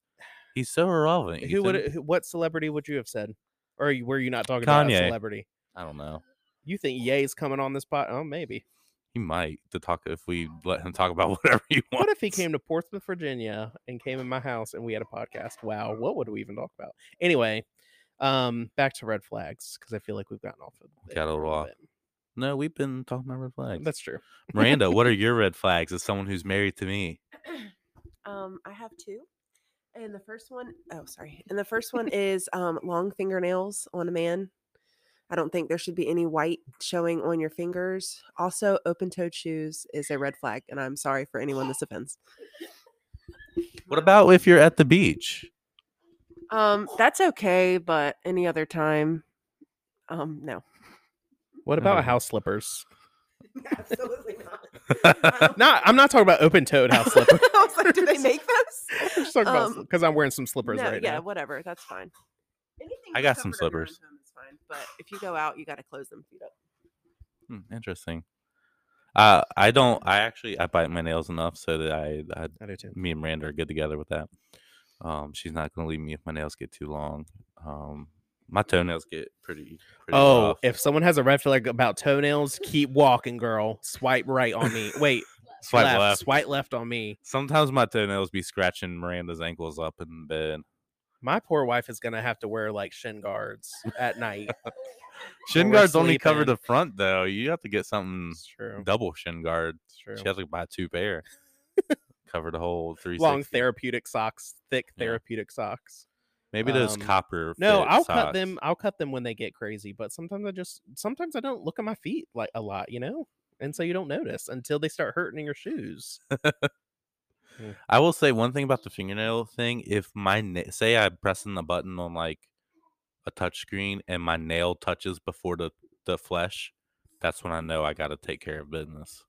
Speaker 1: He's so irrelevant.
Speaker 2: Who would?
Speaker 1: Ethan.
Speaker 2: who- What celebrity would you have said? Or you- were you not talking about
Speaker 1: Kanye.
Speaker 2: a celebrity?
Speaker 1: I don't know.
Speaker 2: You think Ye's coming on this spot? Oh, maybe.
Speaker 1: He might to talk if we let him talk about whatever he wants.
Speaker 2: What if he came to Portsmouth, Virginia, and came in my house and we had a podcast? Wow, what would we even talk about? Anyway, um, back to red flags because I feel like we've gotten off of it
Speaker 1: Got a little off.
Speaker 2: bit.
Speaker 1: No, we've been talking about red flags.
Speaker 2: That's true.
Speaker 1: Miranda, what are your red flags as someone who's married to me?
Speaker 3: Um, I have two. And the first one, oh, sorry. And the first one is um, long fingernails on a man. I don't think there should be any white showing on your fingers. Also, open toed shoes is a red flag. And I'm sorry for anyone this offends.
Speaker 1: What about if you're at the beach?
Speaker 3: Um, that's okay, but any other time, um, no.
Speaker 2: What about
Speaker 1: Okay.
Speaker 2: house slippers?
Speaker 3: Absolutely not. Um,
Speaker 2: Not. I'm not talking about open-toed house slippers.
Speaker 3: I was like, do they make those?
Speaker 2: I'm just talking about
Speaker 3: Um,
Speaker 2: because I'm wearing some slippers
Speaker 3: no,
Speaker 2: right
Speaker 3: yeah,
Speaker 2: now.
Speaker 3: whatever. That's fine. Anything
Speaker 1: I
Speaker 3: that's
Speaker 1: got some
Speaker 3: covered under your own
Speaker 1: slippers.
Speaker 3: home is fine, but if you go out, you got to close them feet up.
Speaker 1: Hmm, interesting. Uh, I don't. I actually I bite my nails enough so that I, I
Speaker 2: I do too.
Speaker 1: me and Miranda are good together with that. Um, she's not gonna leave me if my nails get too long. Um, my toenails get pretty. pretty
Speaker 2: Oh,
Speaker 1: rough.
Speaker 2: if someone has a red flag about toenails, keep walking, girl. Swipe right on me. Wait,
Speaker 1: swipe
Speaker 2: left,
Speaker 1: left.
Speaker 2: Swipe left on me.
Speaker 1: Sometimes my toenails be scratching Miranda's ankles up in bed.
Speaker 2: My poor wife is gonna have to wear like shin guards at night.
Speaker 1: Shin
Speaker 2: we're
Speaker 1: guards only cover
Speaker 2: sleeping.
Speaker 1: the front though. You have to get something
Speaker 2: It's true.
Speaker 1: double shin guard.
Speaker 2: It's true.
Speaker 1: She has to buy two pair. cover the whole three.
Speaker 2: Long therapeutic socks, thick
Speaker 1: Yeah.
Speaker 2: therapeutic socks.
Speaker 1: Maybe those
Speaker 2: um,
Speaker 1: copper.
Speaker 2: No,
Speaker 1: fit
Speaker 2: I'll cut
Speaker 1: socks.
Speaker 2: them. I'll cut them when they get crazy. But sometimes I just sometimes I don't look at my feet like a lot, you know, and so you don't notice until they start hurting your shoes.
Speaker 1: I will say one thing about the fingernail thing. If my na- say I'm pressing the button on like a touch screen and my nail touches before the the flesh, that's when I know I got to take care of business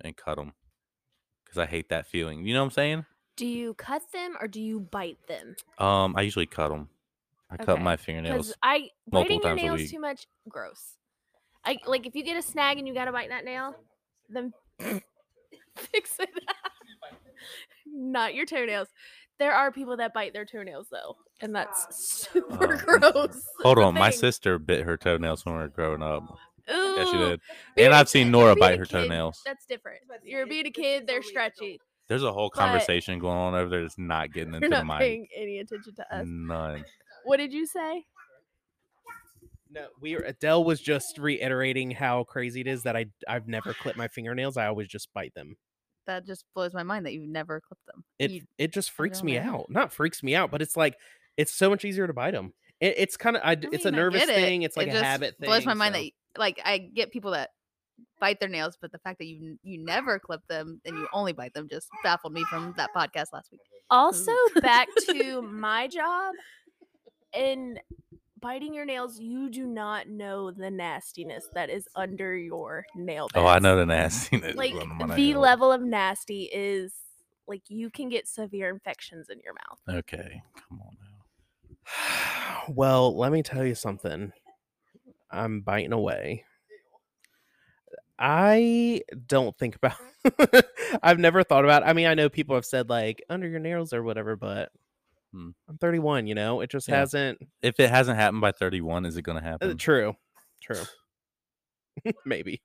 Speaker 1: and cut them because I hate that feeling. You know what I'm saying?
Speaker 4: Do you cut them or do you bite them?
Speaker 1: Um, I usually cut them. I cut
Speaker 4: Okay,
Speaker 1: my
Speaker 4: Because
Speaker 1: fingernails.
Speaker 4: I
Speaker 1: multiple
Speaker 4: biting your
Speaker 1: times a
Speaker 4: nails
Speaker 1: week.
Speaker 4: too much, gross. I like if you get a snag and you gotta bite that nail, then fix it. Not your toenails. There are people that bite their toenails though, and
Speaker 3: Ah,
Speaker 4: that's super
Speaker 1: Oh.
Speaker 4: gross.
Speaker 1: Hold
Speaker 4: It's a
Speaker 1: on, my
Speaker 4: thing.
Speaker 1: sister bit her toenails when we were growing up. Yeah, she
Speaker 4: Ooh,
Speaker 1: did.
Speaker 4: being
Speaker 1: And
Speaker 4: a
Speaker 1: I've
Speaker 4: kid-
Speaker 1: seen
Speaker 4: you're
Speaker 1: Nora
Speaker 4: being
Speaker 1: bite
Speaker 4: a
Speaker 1: her
Speaker 4: kid,
Speaker 1: toenails.
Speaker 4: That's different.
Speaker 3: I was about to say,
Speaker 4: You're being a
Speaker 3: this is
Speaker 4: kid; they're
Speaker 3: only
Speaker 4: stretchy.
Speaker 3: adults.
Speaker 1: There's a whole
Speaker 4: But-
Speaker 1: conversation going on over there that's not getting into
Speaker 4: You're
Speaker 1: the mic.
Speaker 4: not paying any attention to us.
Speaker 1: None.
Speaker 4: What did you say?
Speaker 2: No, we were, Adele was just reiterating how crazy it is that I I've never clipped my fingernails. I always just bite them.
Speaker 5: That just blows my mind that you've never clipped them.
Speaker 2: It
Speaker 5: You-
Speaker 2: it just freaks
Speaker 5: don't
Speaker 2: me
Speaker 5: know.
Speaker 2: out. Not freaks me out, but it's like it's so much easier to bite them. It, it's kind of I, d-
Speaker 5: I
Speaker 2: it's a
Speaker 5: mean, I
Speaker 2: nervous
Speaker 5: get it.
Speaker 2: thing. It's like
Speaker 5: It
Speaker 2: a
Speaker 5: just
Speaker 2: habit thing.
Speaker 5: Blows my mind
Speaker 2: so-
Speaker 5: that y- like I get people that bite their nails, but the fact that you n- you never clip them and you only bite them just baffled me from that podcast last week.
Speaker 4: Also, back to my job and biting your nails, you do not know the nastiness that is under your nail.
Speaker 1: Oh, I
Speaker 4: beds.
Speaker 1: know the nastiness.
Speaker 4: Like
Speaker 1: on my
Speaker 4: the
Speaker 1: nail.
Speaker 4: level of nasty is like you can get severe infections in your mouth.
Speaker 1: Okay, come on now.
Speaker 2: well, let me tell you something. I'm biting away. I don't think about. I've never thought about. I mean, I know people have said like under your nails or whatever, but
Speaker 1: Hmm.
Speaker 2: I'm 31. You know, it just
Speaker 1: Yeah.
Speaker 2: hasn't.
Speaker 1: If it hasn't happened by 31, is it going to
Speaker 2: Uh,
Speaker 1: happen?
Speaker 2: True. True. Maybe.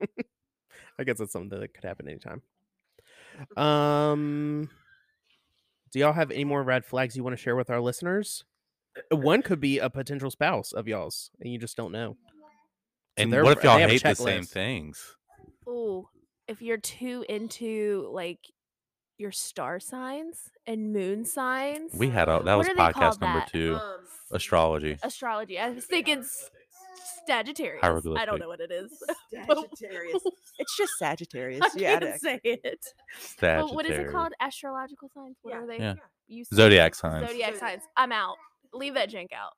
Speaker 2: I guess that's something that could happen anytime. Um do y'all have any more red flags you want to share with our listeners? Uh, One could be a potential spouse of y'all's and you just don't know. So
Speaker 1: and
Speaker 2: they're-
Speaker 1: what if y'all
Speaker 2: they have a
Speaker 1: hate the same
Speaker 2: checklist.
Speaker 1: things?
Speaker 4: Ooh, if you're too into like your star signs and moon signs,
Speaker 1: We had a that
Speaker 4: What
Speaker 1: was
Speaker 4: do they call
Speaker 1: podcast number
Speaker 4: that?
Speaker 1: two,
Speaker 3: Um,
Speaker 1: astrology.
Speaker 4: astrology. I was thinking s- Sagittarius. I don't
Speaker 1: Hieroglyphic.
Speaker 4: know what it is.
Speaker 3: Sagittarius. it's just Sagittarius.
Speaker 4: I
Speaker 3: Yeah,
Speaker 4: can't
Speaker 3: it-
Speaker 4: say it. But what is it
Speaker 1: Sagittarius.
Speaker 4: called? Astrological signs. What
Speaker 3: Yeah.
Speaker 4: are they?
Speaker 1: Yeah.
Speaker 4: You said-
Speaker 1: Zodiac signs.
Speaker 4: Zodiac signs. I'm out. Leave that jink out.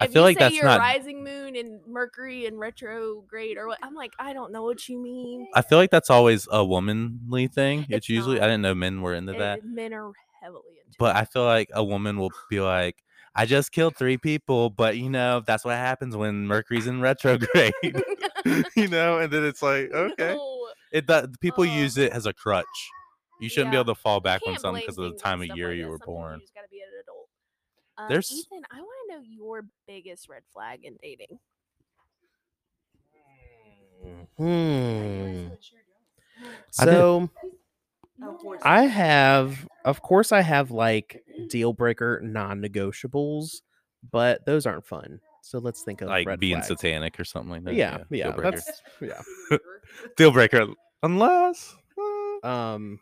Speaker 1: I
Speaker 4: If
Speaker 1: feel
Speaker 4: you
Speaker 1: like
Speaker 4: say
Speaker 1: that's
Speaker 4: your
Speaker 1: not.
Speaker 4: rising moon and Mercury and retrograde or what, I'm like, I don't know what you mean.
Speaker 1: I feel like that's always a womanly thing. It's,
Speaker 4: It's
Speaker 1: usually I
Speaker 4: not.
Speaker 1: didn't know men were into
Speaker 4: And
Speaker 1: that,
Speaker 4: men are heavily into.
Speaker 1: but
Speaker 4: it.
Speaker 1: I feel like a woman will be like, "I just killed three people," but you know that's what happens when Mercury's in retrograde. you know, and then it's like, okay,
Speaker 4: No.
Speaker 1: it that people
Speaker 4: Oh.
Speaker 1: use it as a crutch. You shouldn't
Speaker 4: Yeah.
Speaker 1: be able to fall back on
Speaker 4: Can't
Speaker 1: something
Speaker 4: blame
Speaker 1: because of the
Speaker 4: things on
Speaker 1: time of
Speaker 4: stuff
Speaker 1: year
Speaker 4: like
Speaker 1: you
Speaker 4: that.
Speaker 1: were
Speaker 4: Sometimes
Speaker 1: born.
Speaker 4: You just gotta be an adult. Um,
Speaker 1: There's-
Speaker 4: Ethan, I want to know your biggest red flag in dating.
Speaker 1: Mm-hmm.
Speaker 2: Hmm.
Speaker 1: I did-
Speaker 2: So
Speaker 3: Oh,
Speaker 2: I have of course I have like deal breaker non-negotiables, but those aren't fun. So let's think of
Speaker 1: like
Speaker 2: red
Speaker 1: being
Speaker 2: flags.
Speaker 1: satanic or something like that.
Speaker 2: Yeah,
Speaker 1: Deal
Speaker 2: yeah,
Speaker 1: breaker.
Speaker 2: that's yeah.
Speaker 1: deal breaker. Unless uh,
Speaker 2: Um,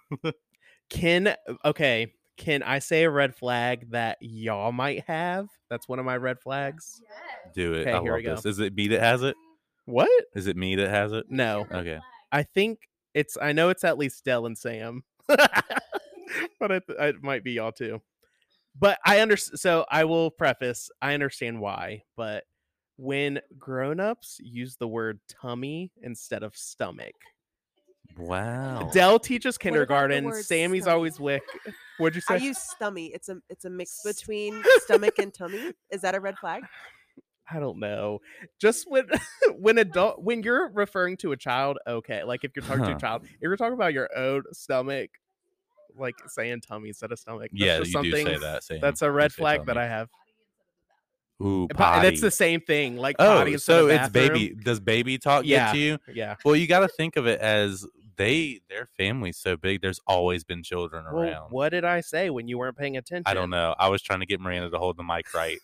Speaker 2: can uh, okay, can I say a red flag that y'all might have? That's one of my red flags.
Speaker 1: do it.
Speaker 2: Okay,
Speaker 1: I
Speaker 2: here
Speaker 1: love
Speaker 2: we go.
Speaker 1: this. Is it me that has it?
Speaker 2: What?
Speaker 1: Is it me that has it?
Speaker 2: No,
Speaker 1: Okay.
Speaker 2: I think it's. I know it's at least Dell and Sam, but it, it might be y'all too. But I understand. So I will preface. I understand why, but when grown-ups use the word tummy instead of stomach,
Speaker 1: Wow.
Speaker 2: Dell teaches
Speaker 4: about the
Speaker 2: kindergarten.
Speaker 4: word
Speaker 2: Sammy's
Speaker 4: stomach?
Speaker 2: always wick. What'd you say?
Speaker 3: I use stummy. It's a it's a mix between stomach and tummy. Is that a red flag?
Speaker 2: I don't know. Just when when adult when you're referring to a child, okay. Like if you're talking to
Speaker 1: Huh.
Speaker 2: a child, if you're talking about your own stomach, like saying tummy instead of stomach. that's
Speaker 1: yeah,
Speaker 2: just
Speaker 1: you do say
Speaker 2: something-
Speaker 1: that. Sam.
Speaker 2: That's a
Speaker 1: You
Speaker 2: red
Speaker 1: say
Speaker 2: flag that
Speaker 1: tummy.
Speaker 2: I have.
Speaker 1: Ooh,
Speaker 2: And po- and It's the
Speaker 1: potty.
Speaker 2: same thing. Like potty
Speaker 1: Oh,
Speaker 2: instead of
Speaker 1: so it's
Speaker 2: bathroom.
Speaker 1: baby. Does baby talk
Speaker 2: Yeah.
Speaker 1: get to you?
Speaker 2: Yeah.
Speaker 1: Well, you got to think of it as they their family's so big. There's always been children
Speaker 2: Well,
Speaker 1: around.
Speaker 2: what did I say when you weren't paying attention?
Speaker 1: I don't know. I was trying to get Miranda to hold the mic right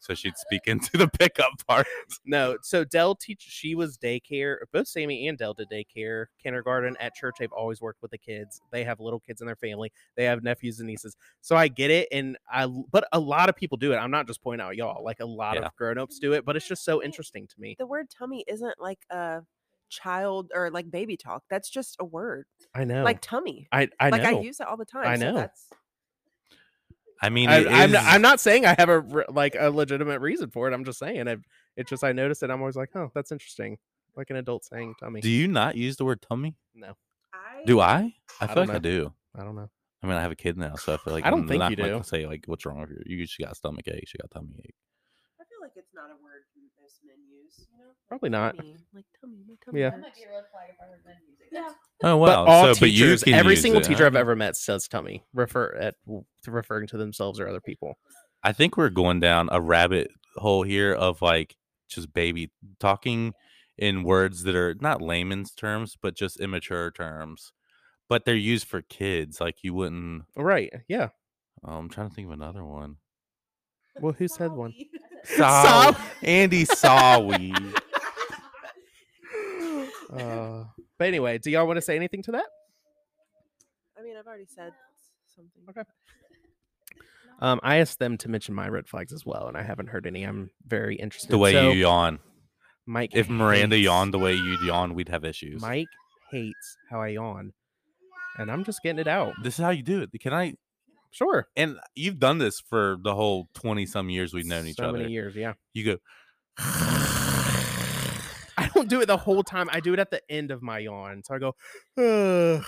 Speaker 1: so she'd speak into the pickup part.
Speaker 2: No, so Dell teach she was daycare. Both Sammy and Dell did daycare, kindergarten at church. They've always worked with the kids. They have little kids in their family. They have nephews and nieces. So I get it, and I l- but a lot of people do it. I'm not just pointing out y'all. Like a lot
Speaker 1: Yeah.
Speaker 2: of grown ups do it, but it's just so interesting to me.
Speaker 3: The word tummy isn't like a child or like baby talk. That's just a word.
Speaker 2: I know.
Speaker 3: Like tummy.
Speaker 2: I I
Speaker 3: like
Speaker 2: know.
Speaker 3: I use it all the time.
Speaker 2: I
Speaker 3: so
Speaker 2: know.
Speaker 3: that's
Speaker 1: I mean,
Speaker 2: I,
Speaker 1: it
Speaker 2: am
Speaker 1: is-
Speaker 2: I'm not saying I have a re- like a legitimate reason for it. I'm just saying I've, it's just I noticed it. I'm always like, oh, that's interesting. Like an adult saying, "Tell me."
Speaker 1: Do you not use the word tummy?
Speaker 2: no,
Speaker 1: Do I? I feel
Speaker 2: don't
Speaker 1: like I
Speaker 2: know.
Speaker 1: do.
Speaker 2: I don't know.
Speaker 1: I mean, I have a kid now, so I feel like
Speaker 2: I don't
Speaker 1: I'm
Speaker 2: think
Speaker 1: not
Speaker 2: you
Speaker 1: like,
Speaker 2: do.
Speaker 1: gonna say like, what's wrong with you? You she got stomach ache. She got tummy ache.
Speaker 3: I feel like it's not a word most men use. You know,
Speaker 2: Probably not.
Speaker 3: Tummy, like tummy, my tummy
Speaker 2: Yeah.
Speaker 3: hurts.
Speaker 4: Yeah.
Speaker 2: But
Speaker 1: Oh wow!
Speaker 2: all
Speaker 1: so, but you
Speaker 2: teachers,
Speaker 1: can
Speaker 2: every
Speaker 1: use
Speaker 2: single
Speaker 1: it,
Speaker 2: teacher I've
Speaker 1: huh?
Speaker 2: ever met says tummy, refer at to referring to themselves or other people.
Speaker 1: I think we're going down a rabbit hole here of like just baby talking in words that are not layman's terms, but just immature terms. But they're used for kids. Like you wouldn't.
Speaker 2: Right? Yeah.
Speaker 1: Oh, I'm trying to think of another one.
Speaker 2: Well, who said one?
Speaker 1: Saw Andy Sawi.
Speaker 2: Uh, but anyway, do y'all want to say anything to that?
Speaker 3: I mean, I've already said something.
Speaker 2: Okay. Um, I asked them to mention my red flags as well, and I haven't heard any. I'm very interested.
Speaker 1: the way
Speaker 2: So,
Speaker 1: you yawn.
Speaker 2: Mike,
Speaker 1: If Miranda
Speaker 2: hates-
Speaker 1: yawned the way you yawn, we'd have issues.
Speaker 2: Mike hates how I yawn, and I'm just getting it out.
Speaker 1: This is how you do it. Can I?
Speaker 2: Sure.
Speaker 1: And you've done this for the whole 20 some years we've known each
Speaker 2: so
Speaker 1: other.
Speaker 2: many years, yeah.
Speaker 1: You go,
Speaker 2: I don't do it the whole time. I do it at the end of my yawn. So I go, Ugh.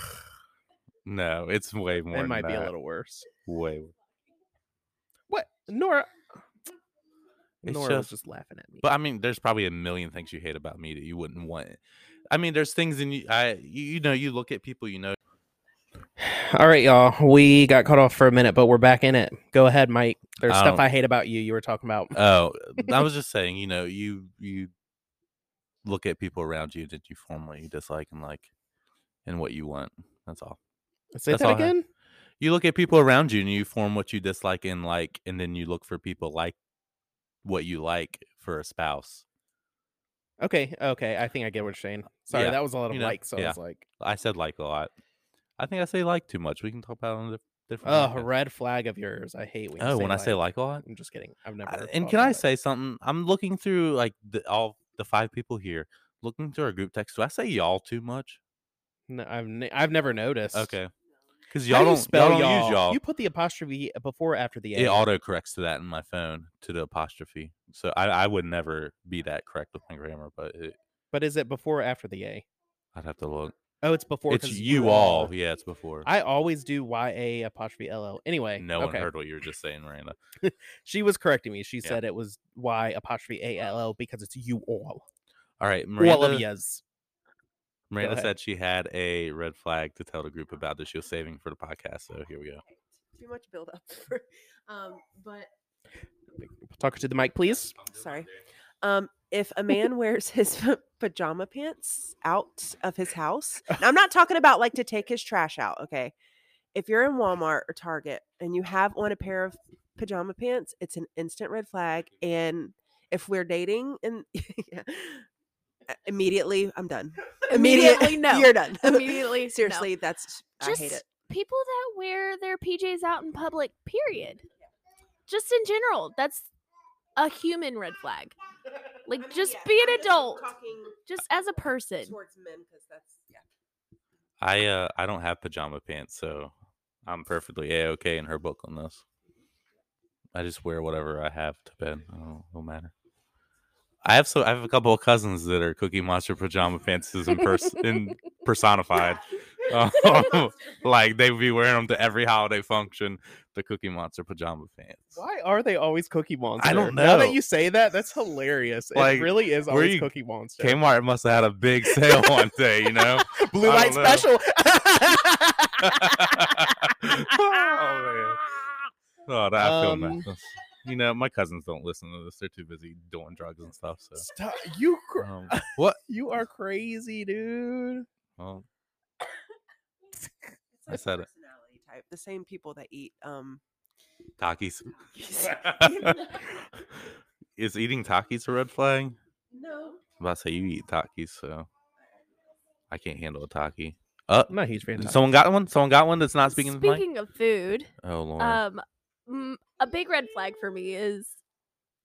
Speaker 1: no, it's way more.
Speaker 2: It
Speaker 1: than
Speaker 2: might be a
Speaker 1: that.
Speaker 2: little worse.
Speaker 1: Way.
Speaker 2: What? Nora.
Speaker 1: It's
Speaker 2: Nora was
Speaker 1: just-
Speaker 2: just laughing at me.
Speaker 1: But I mean, there's probably a million things you hate about me that you wouldn't want. I mean, there's things in you, I, you, you know, you look at people, you know,
Speaker 2: All right, y'all. We got cut off for a minute, but we're back in it. Go ahead, Mike. There's
Speaker 1: I
Speaker 2: stuff
Speaker 1: don't-
Speaker 2: I hate about you. You were talking about.
Speaker 1: Oh, I was just saying, you know, you you look at people around you that you formerly dislike and like, and what you want. That's all.
Speaker 2: Say
Speaker 1: that's
Speaker 2: that
Speaker 1: all I had.
Speaker 2: again.
Speaker 1: You look at people around you and you form what you dislike and like, and then you look for people like what you like for a spouse.
Speaker 2: Okay. Okay. I think I get what you're saying. Sorry,
Speaker 1: Yeah,
Speaker 2: that was a lot of
Speaker 1: you know,
Speaker 2: like. So I
Speaker 1: yeah.
Speaker 2: was like,
Speaker 1: I said like a lot. I think I say like too much. We can talk about it on a different.
Speaker 2: oh,
Speaker 1: podcast.
Speaker 2: red flag of yours. I hate when you
Speaker 1: Oh, when I say like a lot.
Speaker 2: I'm just kidding. I've never.
Speaker 1: I- and
Speaker 2: thought
Speaker 1: can I
Speaker 2: about it.
Speaker 1: say something? I'm looking through like the, all the five people here, looking through our group text. Do I say y'all too much?
Speaker 2: No, I've ne- I've never noticed.
Speaker 1: Okay. Because
Speaker 2: How
Speaker 1: y'all
Speaker 2: do you
Speaker 1: don't,
Speaker 2: spell
Speaker 1: y'all don't use y'all.
Speaker 2: You put the apostrophe before or after the a.
Speaker 1: it auto corrects to that in my phone to the apostrophe. So I, I would never be that correct with my grammar, but it,
Speaker 2: but is it before or after the a?
Speaker 1: I'd have to look.
Speaker 2: Oh, it's before.
Speaker 1: it's
Speaker 2: 'cause
Speaker 1: you all. Yeah, it's before.
Speaker 2: I always do y a apostrophe l l. Anyway,
Speaker 1: no one
Speaker 2: okay.
Speaker 1: heard what you were just saying, Miranda.
Speaker 2: She was correcting me. She
Speaker 1: Yeah.
Speaker 2: said it was y apostrophe a l l because it's you all.
Speaker 1: All right,
Speaker 2: All of
Speaker 1: Miranda.
Speaker 2: yous.
Speaker 1: Miranda
Speaker 2: ahead.
Speaker 1: said she had a red flag to tell the group about that she was saving for the podcast. So here we go.
Speaker 3: Too much buildup. For, um, but
Speaker 2: Talk to the mic, please.
Speaker 3: sorry. Um, if a man wears his pajama pants out of his house, now, I'm not talking about like to take his trash out. Okay, if you're in Walmart or Target and you have on a pair of pajama pants, it's an instant red flag.
Speaker 4: Mm-hmm.
Speaker 3: And if we're dating, and yeah, uh, immediately I'm done. Immediate-
Speaker 4: Immediately, no.
Speaker 3: you're done.
Speaker 4: Immediately, no.
Speaker 3: seriously, that's
Speaker 4: Just
Speaker 3: I hate it.
Speaker 4: people that wear their PJs out in public, period. Just in general, that's a human red flag. Like, just be an adult. Just as a person.
Speaker 3: towards men because that's yeah.
Speaker 1: I uh I don't have pajama pants, so I'm perfectly a okay in her book on this. I just wear whatever I have to bed. I don't, don't matter. I have so I have a couple of cousins that are Cookie Monster pajama pants as in, pers- in personified. Um, like they would be wearing them to every holiday function. The Cookie Monster pajama pants.
Speaker 2: Why are they always Cookie Monster?
Speaker 1: I don't
Speaker 2: Now that
Speaker 1: know.
Speaker 2: you say that, that's hilarious. it
Speaker 1: Like,
Speaker 2: really is
Speaker 1: where
Speaker 2: always
Speaker 1: you
Speaker 2: Cookie Monster.
Speaker 1: Kmart must have had a big sale one day, you know.
Speaker 2: Blue
Speaker 1: I
Speaker 2: light
Speaker 1: don't know.
Speaker 2: special.
Speaker 1: oh man. Oh, that I feel
Speaker 2: Um,
Speaker 1: nice. You know, my cousins don't listen to this. They're too busy doing drugs and stuff. So
Speaker 2: Stop. You cr-
Speaker 1: um, what?
Speaker 2: you are crazy, dude.
Speaker 1: Well,
Speaker 3: It's
Speaker 1: I
Speaker 3: like a
Speaker 1: said it.
Speaker 3: personality type. The same people that eat um
Speaker 1: Takis. Is eating Takis a red flag?
Speaker 3: no.
Speaker 1: I'm about to say you eat Takis, so I can't handle a Taki. Uh,
Speaker 2: I'm not a huge fan. of
Speaker 1: someone got one. Someone got one that's not speaking. to the mic?
Speaker 4: Speaking of food,
Speaker 1: Oh lord.
Speaker 4: um, mm, a big red flag for me is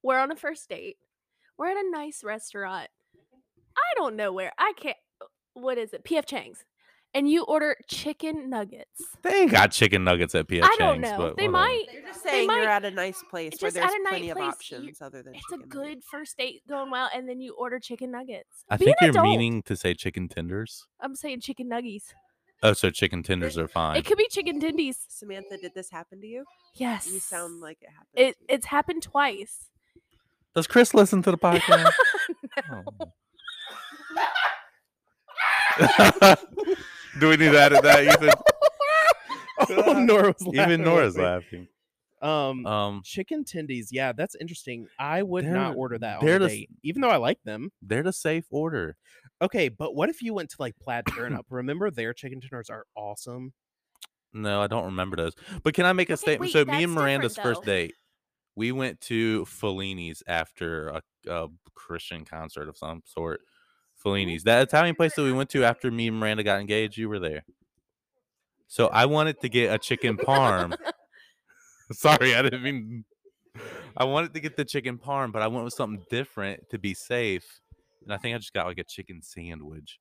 Speaker 4: we're on a first date. We're at a nice restaurant. I don't know where. I can't. What is it? PF Chang's. And you order chicken nuggets.
Speaker 1: they ain't got chicken nuggets at PF
Speaker 4: I don't
Speaker 1: Chang's,
Speaker 4: know.
Speaker 1: but
Speaker 4: They
Speaker 1: whatever.
Speaker 4: might.
Speaker 3: They're just
Speaker 4: They
Speaker 3: saying
Speaker 4: might-
Speaker 3: you're at a nice place where
Speaker 4: just at
Speaker 3: there's
Speaker 4: a nice
Speaker 3: plenty of
Speaker 4: place, you-
Speaker 3: options other than
Speaker 4: It's a
Speaker 3: chicken
Speaker 4: good
Speaker 3: nuggets.
Speaker 4: first date going well, and then you order chicken nuggets.
Speaker 1: I
Speaker 4: Be
Speaker 1: think
Speaker 4: an
Speaker 1: you're
Speaker 4: adult.
Speaker 1: meaning to say chicken tenders.
Speaker 4: I'm saying chicken nuggies.
Speaker 1: Oh, so chicken tenders are fine.
Speaker 4: It could be chicken dindies.
Speaker 3: Samantha, did this happen to you?
Speaker 4: Yes.
Speaker 3: You sound like it happened.
Speaker 4: it.
Speaker 3: to you.
Speaker 4: It's happened twice.
Speaker 1: Does Chris listen to the podcast? Oh. Do we need to edit that? Even,
Speaker 2: that. Oh, Nora was laughing
Speaker 1: even
Speaker 2: with
Speaker 1: Nora's
Speaker 2: me.
Speaker 1: laughing.
Speaker 2: Um,
Speaker 1: Um,
Speaker 2: chicken tendies. Yeah, that's interesting. I would not
Speaker 1: They're-
Speaker 2: order that on
Speaker 1: they're
Speaker 2: a
Speaker 1: the s-
Speaker 2: date, even though I like them.
Speaker 1: they're the safe order.
Speaker 2: Okay, but what if you went to like Plaid Turnip? Remember their chicken tenders are awesome.
Speaker 1: No, I don't remember those. But can I make a
Speaker 4: Okay,
Speaker 1: statement?
Speaker 4: wait,
Speaker 1: so me
Speaker 4: that's
Speaker 1: and Miranda's
Speaker 4: different,
Speaker 1: first
Speaker 4: though.
Speaker 1: date, we went to Fellini's after a, a Christian concert of some sort. Fellini's, that Italian place that we went to after me and Miranda got engaged. You were there. So I wanted to get a chicken parm. Sorry, I didn't mean. I wanted to get the chicken parm, but I went with something different to be safe, and I think I just got like a chicken sandwich.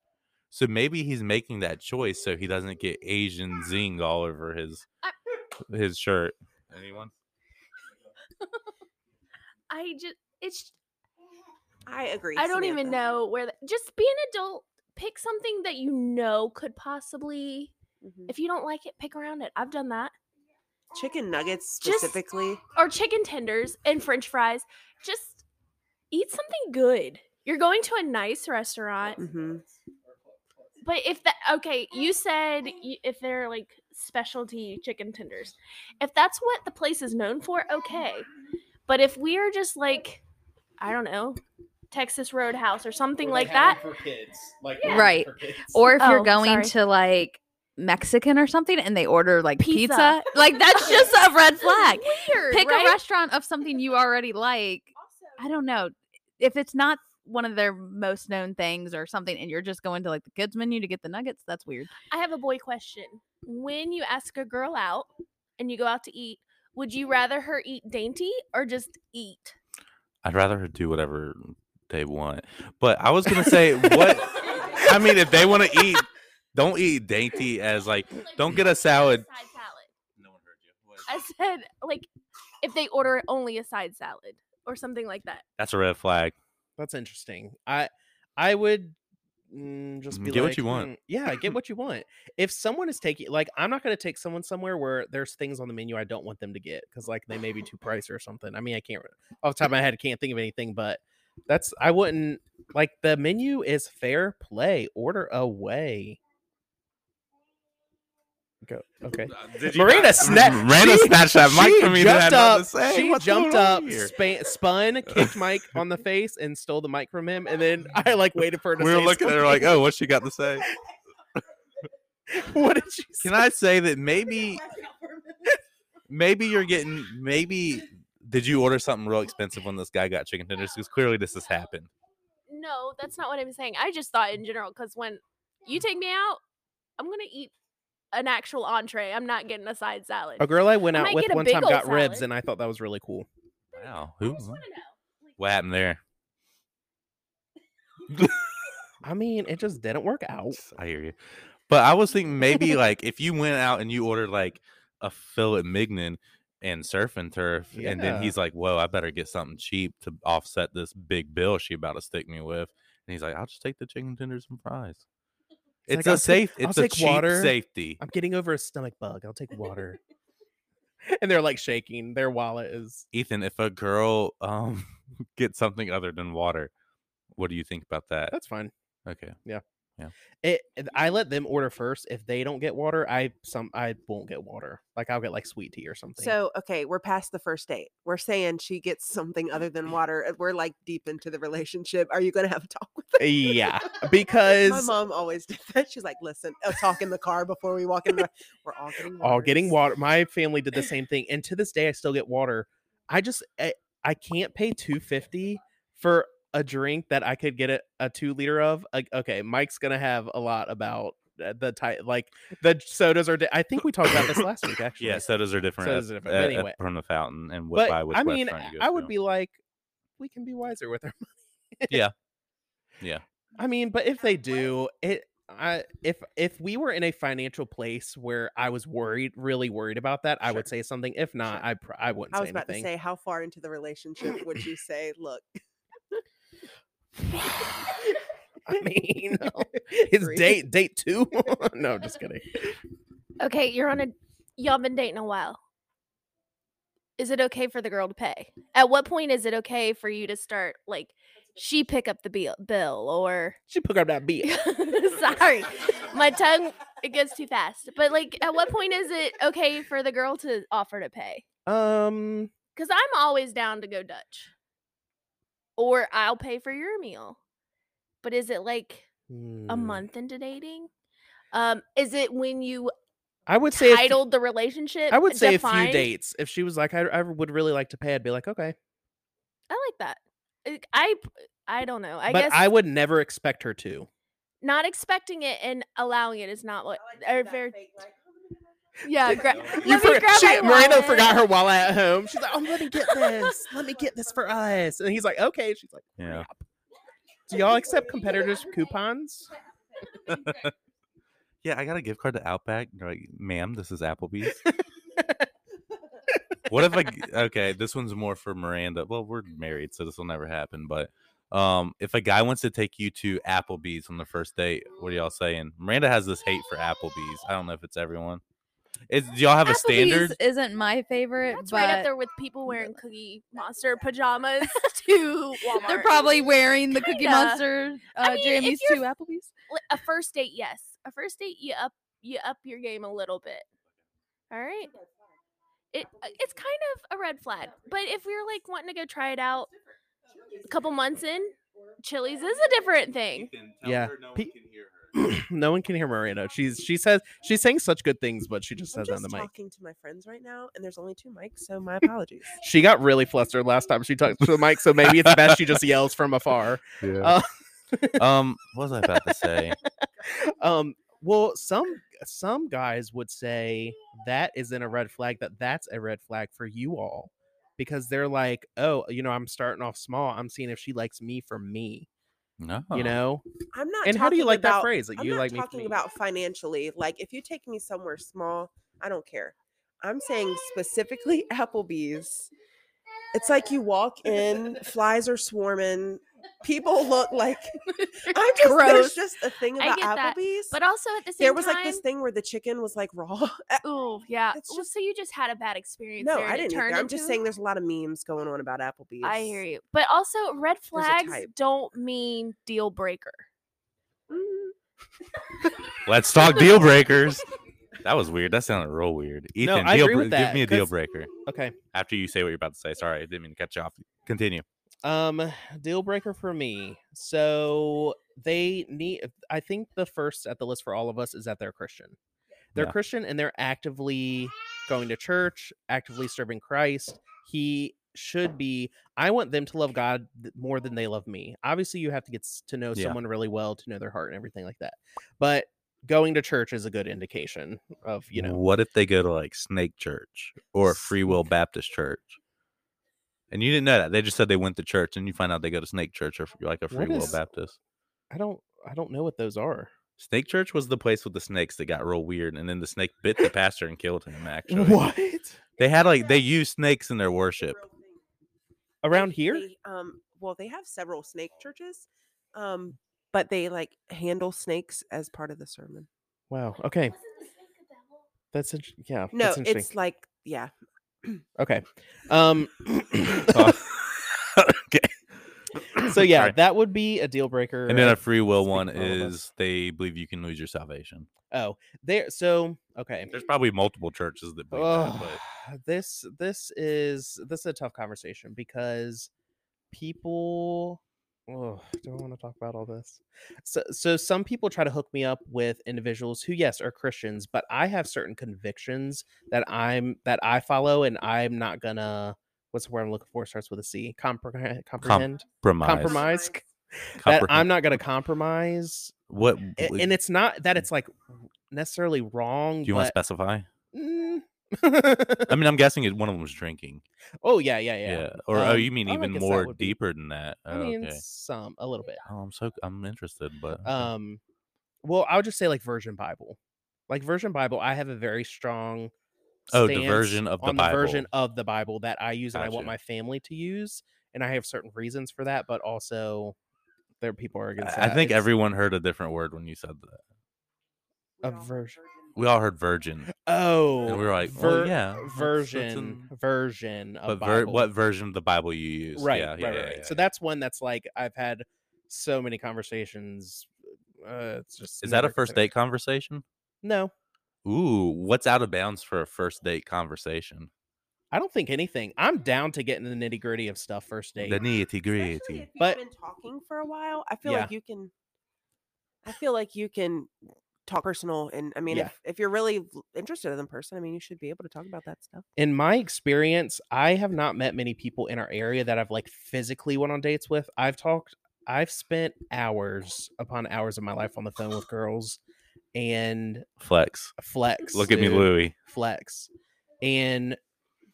Speaker 1: So maybe he's making that choice so he doesn't get Asian zing all over his
Speaker 4: I-
Speaker 1: his shirt. Anyone?
Speaker 4: I just it's
Speaker 3: I agree.
Speaker 4: I don't even
Speaker 3: Samantha.
Speaker 4: know where the, just be an adult. Pick something that you know could possibly
Speaker 3: Mhm.
Speaker 4: if you don't like it, pick around it. I've done that.
Speaker 3: Chicken nuggets
Speaker 4: Just-
Speaker 3: specifically.
Speaker 4: Or chicken tenders and french fries. Just eat something good. You're going to a nice restaurant.
Speaker 3: hmm
Speaker 4: But if that okay, you said y- if they're like specialty chicken tenders, if that's what the place is known for, okay. But if we are just like, I don't know, Texas Roadhouse or something like that,
Speaker 2: for kids, like
Speaker 4: Yeah.
Speaker 5: Right. Or if you're
Speaker 4: Oh,
Speaker 5: going
Speaker 4: sorry.
Speaker 5: to like Mexican or something and they order like pizza,
Speaker 4: Pizza.
Speaker 5: like that's just a red flag.
Speaker 4: Weird,
Speaker 5: Pick
Speaker 4: right?
Speaker 5: a restaurant of something you already like. I don't know. If it's not one of their most known things or something and you're just going to like the kids menu to get the nuggets, that's weird.
Speaker 4: I have a boy question. When you ask a girl out and you go out to eat, would you rather her eat dainty or just eat?
Speaker 1: I'd rather her do whatever they want. But I was gonna say what I mean, if they want to eat, don't eat dainty as like don't get a salad.
Speaker 4: Side salad.
Speaker 1: No one heard you.
Speaker 4: I said like if they order only a side salad or something like that.
Speaker 1: That's a red flag.
Speaker 2: That's interesting. I I would mm, just
Speaker 1: Mm,
Speaker 2: be
Speaker 1: get
Speaker 2: like,
Speaker 1: what you want.
Speaker 2: "Mm, yeah, get what you want. If someone is taking, like, I'm not going to take someone somewhere where there's things on the menu I don't want them to get because, like, they may be too pricey or something. I mean, I can't re- off the top of my head, I can't think of anything, but that's I wouldn't like the menu is fair play, order away. Go okay.
Speaker 1: Uh,
Speaker 2: Marina sna-
Speaker 1: Marina
Speaker 2: she-
Speaker 1: snatched that mic
Speaker 2: she
Speaker 1: from me. that I
Speaker 2: jumped up.
Speaker 1: had nothing to say.
Speaker 2: She
Speaker 1: What's
Speaker 2: jumped
Speaker 1: going on
Speaker 2: up,
Speaker 1: here?
Speaker 2: span, spun, kicked Mike on the face, and stole the mic from him. And then I like waited for her to.
Speaker 1: We were
Speaker 2: say
Speaker 1: looking at her like, "Oh, what's she got to say?"
Speaker 2: something. "What did she say?"
Speaker 1: Can I say that maybe, maybe you're getting maybe. Did you order something real expensive when this guy got chicken tenders? Because clearly this has happened.
Speaker 4: No, that's not what I'm saying. I just thought in general cuz when you take me out, I'm going to eat an actual entree. I'm not getting a side salad.
Speaker 2: A girl I went
Speaker 4: I
Speaker 2: out
Speaker 4: might
Speaker 2: with
Speaker 4: get a
Speaker 2: one
Speaker 4: big
Speaker 2: time
Speaker 4: old
Speaker 2: got ribs,
Speaker 4: salad.
Speaker 2: and I thought that was really cool.
Speaker 1: Wow,
Speaker 4: I
Speaker 1: who?
Speaker 4: just wanna know, like,
Speaker 1: What happened there?
Speaker 2: I mean, it just didn't work out.
Speaker 1: I hear you. But I was thinking maybe like if you went out and you ordered like a fillet mignon and surf and turf, and
Speaker 2: Yeah.
Speaker 1: then he's like, "Whoa, I better get something cheap to offset this big bill she about to stick me with," and he's like, "I'll just take the chicken tenders and fries."
Speaker 2: He's
Speaker 1: It's
Speaker 2: like, "I'll
Speaker 1: a
Speaker 2: take-
Speaker 1: safe.
Speaker 2: I'll
Speaker 1: It's a
Speaker 2: take
Speaker 1: cheap
Speaker 2: water.
Speaker 1: safety.
Speaker 2: I'm getting over a stomach bug. I'll take water. and they're like shaking. Their wallet is.
Speaker 1: Ethan, if a girl um gets something other than water, what do you think about that?
Speaker 2: That's fine.
Speaker 1: Okay,
Speaker 2: It. I let them order first. If they don't get water, I some I won't get water. Like I'll get like sweet tea or something.
Speaker 3: So okay, we're past the first date. We're saying she gets something other than water. and We're like deep into the relationship. Are you gonna have a talk with her?
Speaker 2: yeah,
Speaker 3: My
Speaker 2: because
Speaker 3: mom always did that. She's like, "Listen, a talk in the car before we walk in. The, we're all getting water.
Speaker 2: all getting water. My family did the same thing, and to this day, I still get water. I just I, I can't pay two fifty for a drink that I could get a, a two liter of. Like, okay, Mike's gonna have a lot about uh, the type, like the sodas are. Di- I think we talked about this last week, actually.
Speaker 1: yeah, sodas are different,
Speaker 2: Sodas
Speaker 1: at-
Speaker 2: are different, but
Speaker 1: at- at-
Speaker 2: anyway.
Speaker 1: from the fountain and what
Speaker 2: but
Speaker 1: by which
Speaker 2: I mean,
Speaker 1: restaurant you go
Speaker 2: I would
Speaker 1: to.
Speaker 2: be like, we can be wiser with our money.
Speaker 1: Yeah. Yeah.
Speaker 2: I mean, but if they do it, I if if we were in a financial place where I was worried, really worried about that, I would say something. If not,
Speaker 3: Sure.
Speaker 2: I pr- I wouldn't
Speaker 3: I
Speaker 2: say
Speaker 3: was about
Speaker 2: anything.
Speaker 3: to say, how far into the relationship would you say, "Look,
Speaker 2: I mean, it's
Speaker 3: Three.
Speaker 2: date date two. no, just kidding.
Speaker 4: Okay, you're on a y'all been dating a while. Is it okay for the girl to pay? At what point is it okay for you to start like she pick up the bill, bill or
Speaker 2: She picked up that beat.
Speaker 4: sorry, my tongue it goes too fast. But like at what point is it okay for the girl to offer to pay?
Speaker 2: Um,
Speaker 4: Cuz I'm always down to go Dutch. Or I'll pay for your meal. But is it like a
Speaker 2: hmm,
Speaker 4: month into dating? Um is it when you
Speaker 2: I would say a few-
Speaker 4: titled the relationship?
Speaker 2: I would say a few
Speaker 4: defined?
Speaker 2: dates. If she was like, I, I would really like to pay, I'd be like, okay.
Speaker 4: I like that. I- I p- I don't know. I
Speaker 2: but
Speaker 4: guess
Speaker 2: I would never expect her to.
Speaker 4: not expecting it and allowing it is not what. or very, yeah,
Speaker 3: You
Speaker 4: gra-
Speaker 3: forgot-
Speaker 4: let me grab my
Speaker 2: Marina forgot her
Speaker 4: wallet.
Speaker 2: wallet at home. She's like, "Oh, let me get this. Let me get this for us." And he's like, "Okay." She's like,
Speaker 1: Yeah.
Speaker 2: "Crap." Do y'all accept competitors' coupons?
Speaker 1: Yeah, I got a gift card to Outback. and They're like, ma'am, this is Applebee's. what if I g- okay, this one's more for Miranda. Well, we're married, so this will never happen, but um if a guy wants to take you to Applebee's on the first date, what are y'all saying? Miranda has this hate for Applebee's. I don't know if it's everyone. Is do y'all have a
Speaker 5: Applebee's
Speaker 1: standard?
Speaker 5: isn't my favorite,
Speaker 4: That's
Speaker 5: but
Speaker 4: right up there with people wearing
Speaker 2: uh,
Speaker 4: Cookie Monster pajamas to Walmart.
Speaker 5: they're probably wearing the Cookie
Speaker 4: Kinda.
Speaker 5: Monster uh,
Speaker 4: I mean, if
Speaker 5: jammies
Speaker 4: you're-
Speaker 5: too. Applebee's.
Speaker 4: Li- a first date, yes. A first date, you up you up your game a little bit. All right. It uh, it's kind of a red flag, but if you're like wanting to go try it out a couple months in, Chili's is a different thing.
Speaker 2: Yeah.
Speaker 1: no
Speaker 2: one Pe- no one can hear Miranda. She's she says she's saying such good things, but she just
Speaker 3: I'm
Speaker 2: says it on
Speaker 3: just
Speaker 2: the mic.
Speaker 3: talking to my friends right now, and there's only two mics, so my apologies.
Speaker 2: She got really flustered last time she talked to the mic, so maybe it's best she just yells from afar.
Speaker 1: Yeah. um, what was I about to say?
Speaker 2: Um, well, some some guys would say that isn't a red flag. That that's a red flag for you all because they're like, oh, you know, I'm starting off small. I'm seeing if she likes me for me.
Speaker 1: No.
Speaker 2: You know,
Speaker 3: I'm not.
Speaker 2: and how do you
Speaker 3: talking
Speaker 2: like that
Speaker 3: about-
Speaker 2: phrase? Like
Speaker 3: I'm
Speaker 2: you
Speaker 3: not
Speaker 2: like me for
Speaker 3: talking
Speaker 2: me.
Speaker 3: about financially. Like if you take me somewhere small, I don't care. I'm saying specifically Applebee's. It's like you walk in, flies are swarming, people look like I'm just
Speaker 4: Gross.
Speaker 3: there's just a thing
Speaker 4: I
Speaker 3: about
Speaker 4: get that,
Speaker 3: Applebee's.
Speaker 4: But also at the same
Speaker 3: there was
Speaker 4: time,
Speaker 3: like this thing where the chicken was like raw. Uh,
Speaker 4: Oh yeah.
Speaker 3: It's
Speaker 4: Well,
Speaker 3: just-
Speaker 4: so you just had a bad experience.
Speaker 3: no,
Speaker 4: there and
Speaker 3: I
Speaker 4: it
Speaker 3: didn't. Either.
Speaker 4: turned
Speaker 3: I'm just
Speaker 4: into-
Speaker 3: saying there's a lot of memes going on about Applebee's.
Speaker 4: I hear you, but also red flags
Speaker 3: type.
Speaker 4: don't mean deal breaker.
Speaker 3: Mm,
Speaker 1: Let's talk deal breakers. That was weird. That sounded real weird.
Speaker 2: No,
Speaker 1: Ethan,
Speaker 2: I
Speaker 1: deal
Speaker 2: agree with
Speaker 1: bre-
Speaker 2: that,
Speaker 1: give me a deal
Speaker 2: 'cause-
Speaker 1: breaker
Speaker 2: Okay.
Speaker 1: after you say what you're about to say. Sorry, I didn't mean to cut you off. Continue.
Speaker 2: Um, deal breaker for me. So they need. I think the first at the list for all of us is that they're Christian. They're
Speaker 1: Yeah.
Speaker 2: Christian and they're actively going to church, actively serving Christ. He should be. I want them to love God th- more than they love me. Obviously, you have to get s- to know
Speaker 1: Yeah.
Speaker 2: someone really well to know their heart and everything like that. But going to church is a good indication of you know.
Speaker 1: what if they go to like Snake Church or Free Will Baptist Church? And you didn't know that. They just said they went to church, and you find out they go to Snake Church or f- like a Free
Speaker 2: What
Speaker 1: Will
Speaker 2: is-
Speaker 1: Baptist.
Speaker 2: I don't. I don't know what those are.
Speaker 1: Snake Church was the place with the snakes that got real weird, and then the snake bit the pastor and killed him. Actually, they had like they used snakes in their worship.
Speaker 2: around here?
Speaker 3: they, um, well, they have several snake churches, um, but they like handle snakes as part of the sermon.
Speaker 2: Wow. Okay. That's int- yeah.
Speaker 3: No,
Speaker 2: that's interesting.
Speaker 3: it's like yeah.
Speaker 2: okay. Um.
Speaker 1: Oh. okay.
Speaker 2: so yeah,
Speaker 1: Sorry.
Speaker 2: that would be a deal breaker.
Speaker 1: and then
Speaker 2: I
Speaker 1: a free will
Speaker 2: Speak
Speaker 1: one
Speaker 2: for all of
Speaker 1: is they believe you can lose your salvation.
Speaker 2: Oh, there. So okay.
Speaker 1: There's probably multiple churches that believe that,
Speaker 2: Oh,
Speaker 1: but
Speaker 2: this this is this is a tough conversation because people. Oh, do I want to talk about all this? So, so some people try to hook me up with individuals who, yes, are Christians, but I have certain convictions that I'm that I follow, and I'm not gonna. What's the word I'm looking for? Starts with a C. Comprehend. Comprehend.
Speaker 1: compromise.
Speaker 2: compromise. That
Speaker 1: Comprehend.
Speaker 2: I'm not gonna compromise
Speaker 1: What?
Speaker 2: A-
Speaker 1: w-
Speaker 2: and it's not that it's like necessarily wrong.
Speaker 1: Mm. do you want to
Speaker 2: but,
Speaker 1: specify?
Speaker 2: Mm.
Speaker 1: I mean, I'm guessing it, one of them was drinking.
Speaker 2: oh yeah, yeah,
Speaker 1: Yeah.
Speaker 2: yeah.
Speaker 1: Or oh,
Speaker 2: Um,
Speaker 1: you mean
Speaker 2: oh, I
Speaker 1: even
Speaker 2: guess that
Speaker 1: more
Speaker 2: would be-
Speaker 1: deeper than that?
Speaker 2: I
Speaker 1: Oh,
Speaker 2: mean,
Speaker 1: okay.
Speaker 2: some a little bit.
Speaker 1: Oh, I'm so I'm interested, but okay.
Speaker 2: Um, well, I would just say like Version Bible, like Version Bible. I have a very strong
Speaker 1: Oh, the
Speaker 2: stance
Speaker 1: version of the
Speaker 2: on the version
Speaker 1: Bible.
Speaker 2: of the Bible that I use and I
Speaker 1: Gotcha.
Speaker 2: want my family to use, and I have certain reasons for that. But also, there people are against.
Speaker 1: I- I
Speaker 2: that.
Speaker 1: think
Speaker 2: It's
Speaker 1: everyone heard a different word when you said that.
Speaker 2: a version.
Speaker 1: We all heard virgin,
Speaker 2: Oh,
Speaker 1: and we were like,
Speaker 2: ver-
Speaker 1: "Oh yeah, that's- that's
Speaker 2: version,
Speaker 1: an-
Speaker 2: version
Speaker 1: But
Speaker 2: of
Speaker 1: ver-
Speaker 2: Bible.
Speaker 1: what version of the Bible you use?
Speaker 2: right,
Speaker 1: Yeah,
Speaker 2: right,
Speaker 1: yeah,
Speaker 2: right,
Speaker 1: yeah,
Speaker 2: right.
Speaker 1: yeah,
Speaker 2: so
Speaker 1: yeah.
Speaker 2: that's one that's like I've had so many conversations. Uh, it's just
Speaker 1: is that
Speaker 2: never
Speaker 1: a first
Speaker 2: considered.
Speaker 1: date conversation?
Speaker 2: No,
Speaker 1: Ooh, what's out of bounds for a first date conversation?
Speaker 2: I don't think anything. I'm down to getting the nitty gritty of stuff first date.
Speaker 1: The nitty
Speaker 3: Especially
Speaker 1: gritty.
Speaker 3: if you've
Speaker 2: But-
Speaker 3: been talking for a while, I feel
Speaker 2: Yeah.
Speaker 3: like you can. I feel like you can talk personal, and I mean,
Speaker 2: Yeah.
Speaker 3: if, if you're really l- interested in the person, I mean, you should be able to talk about that stuff.
Speaker 2: in my experience, I have not met many people in our area that I've like physically went on dates with. I've talked, I've spent hours upon hours of my life on the phone with girls and uh,
Speaker 1: Flex.
Speaker 2: flex.
Speaker 1: Look at me,
Speaker 2: dude.
Speaker 1: Louie.
Speaker 2: flex. And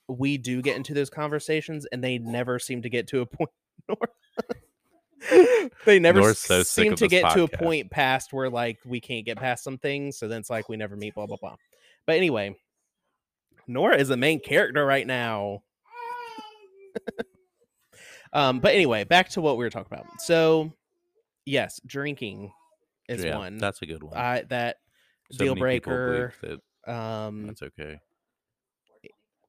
Speaker 2: we do get into those conversations, and they never seem to get to a point. Nor they never
Speaker 1: Nor
Speaker 2: s-
Speaker 1: so sick
Speaker 2: seem
Speaker 1: of
Speaker 2: to
Speaker 1: this
Speaker 2: get to a
Speaker 1: podcast.
Speaker 2: point past where like we can't get past some things. So then it's like we never meet. Blah blah blah. But anyway, Nora is the main character right now. um, but anyway, back to what we were talking about. So, yes, drinking is
Speaker 1: Yeah,
Speaker 2: one
Speaker 1: That's a good one.
Speaker 2: I, that
Speaker 1: So
Speaker 2: deal
Speaker 1: many people believe
Speaker 2: breaker.
Speaker 1: that
Speaker 2: Um,
Speaker 1: that's okay.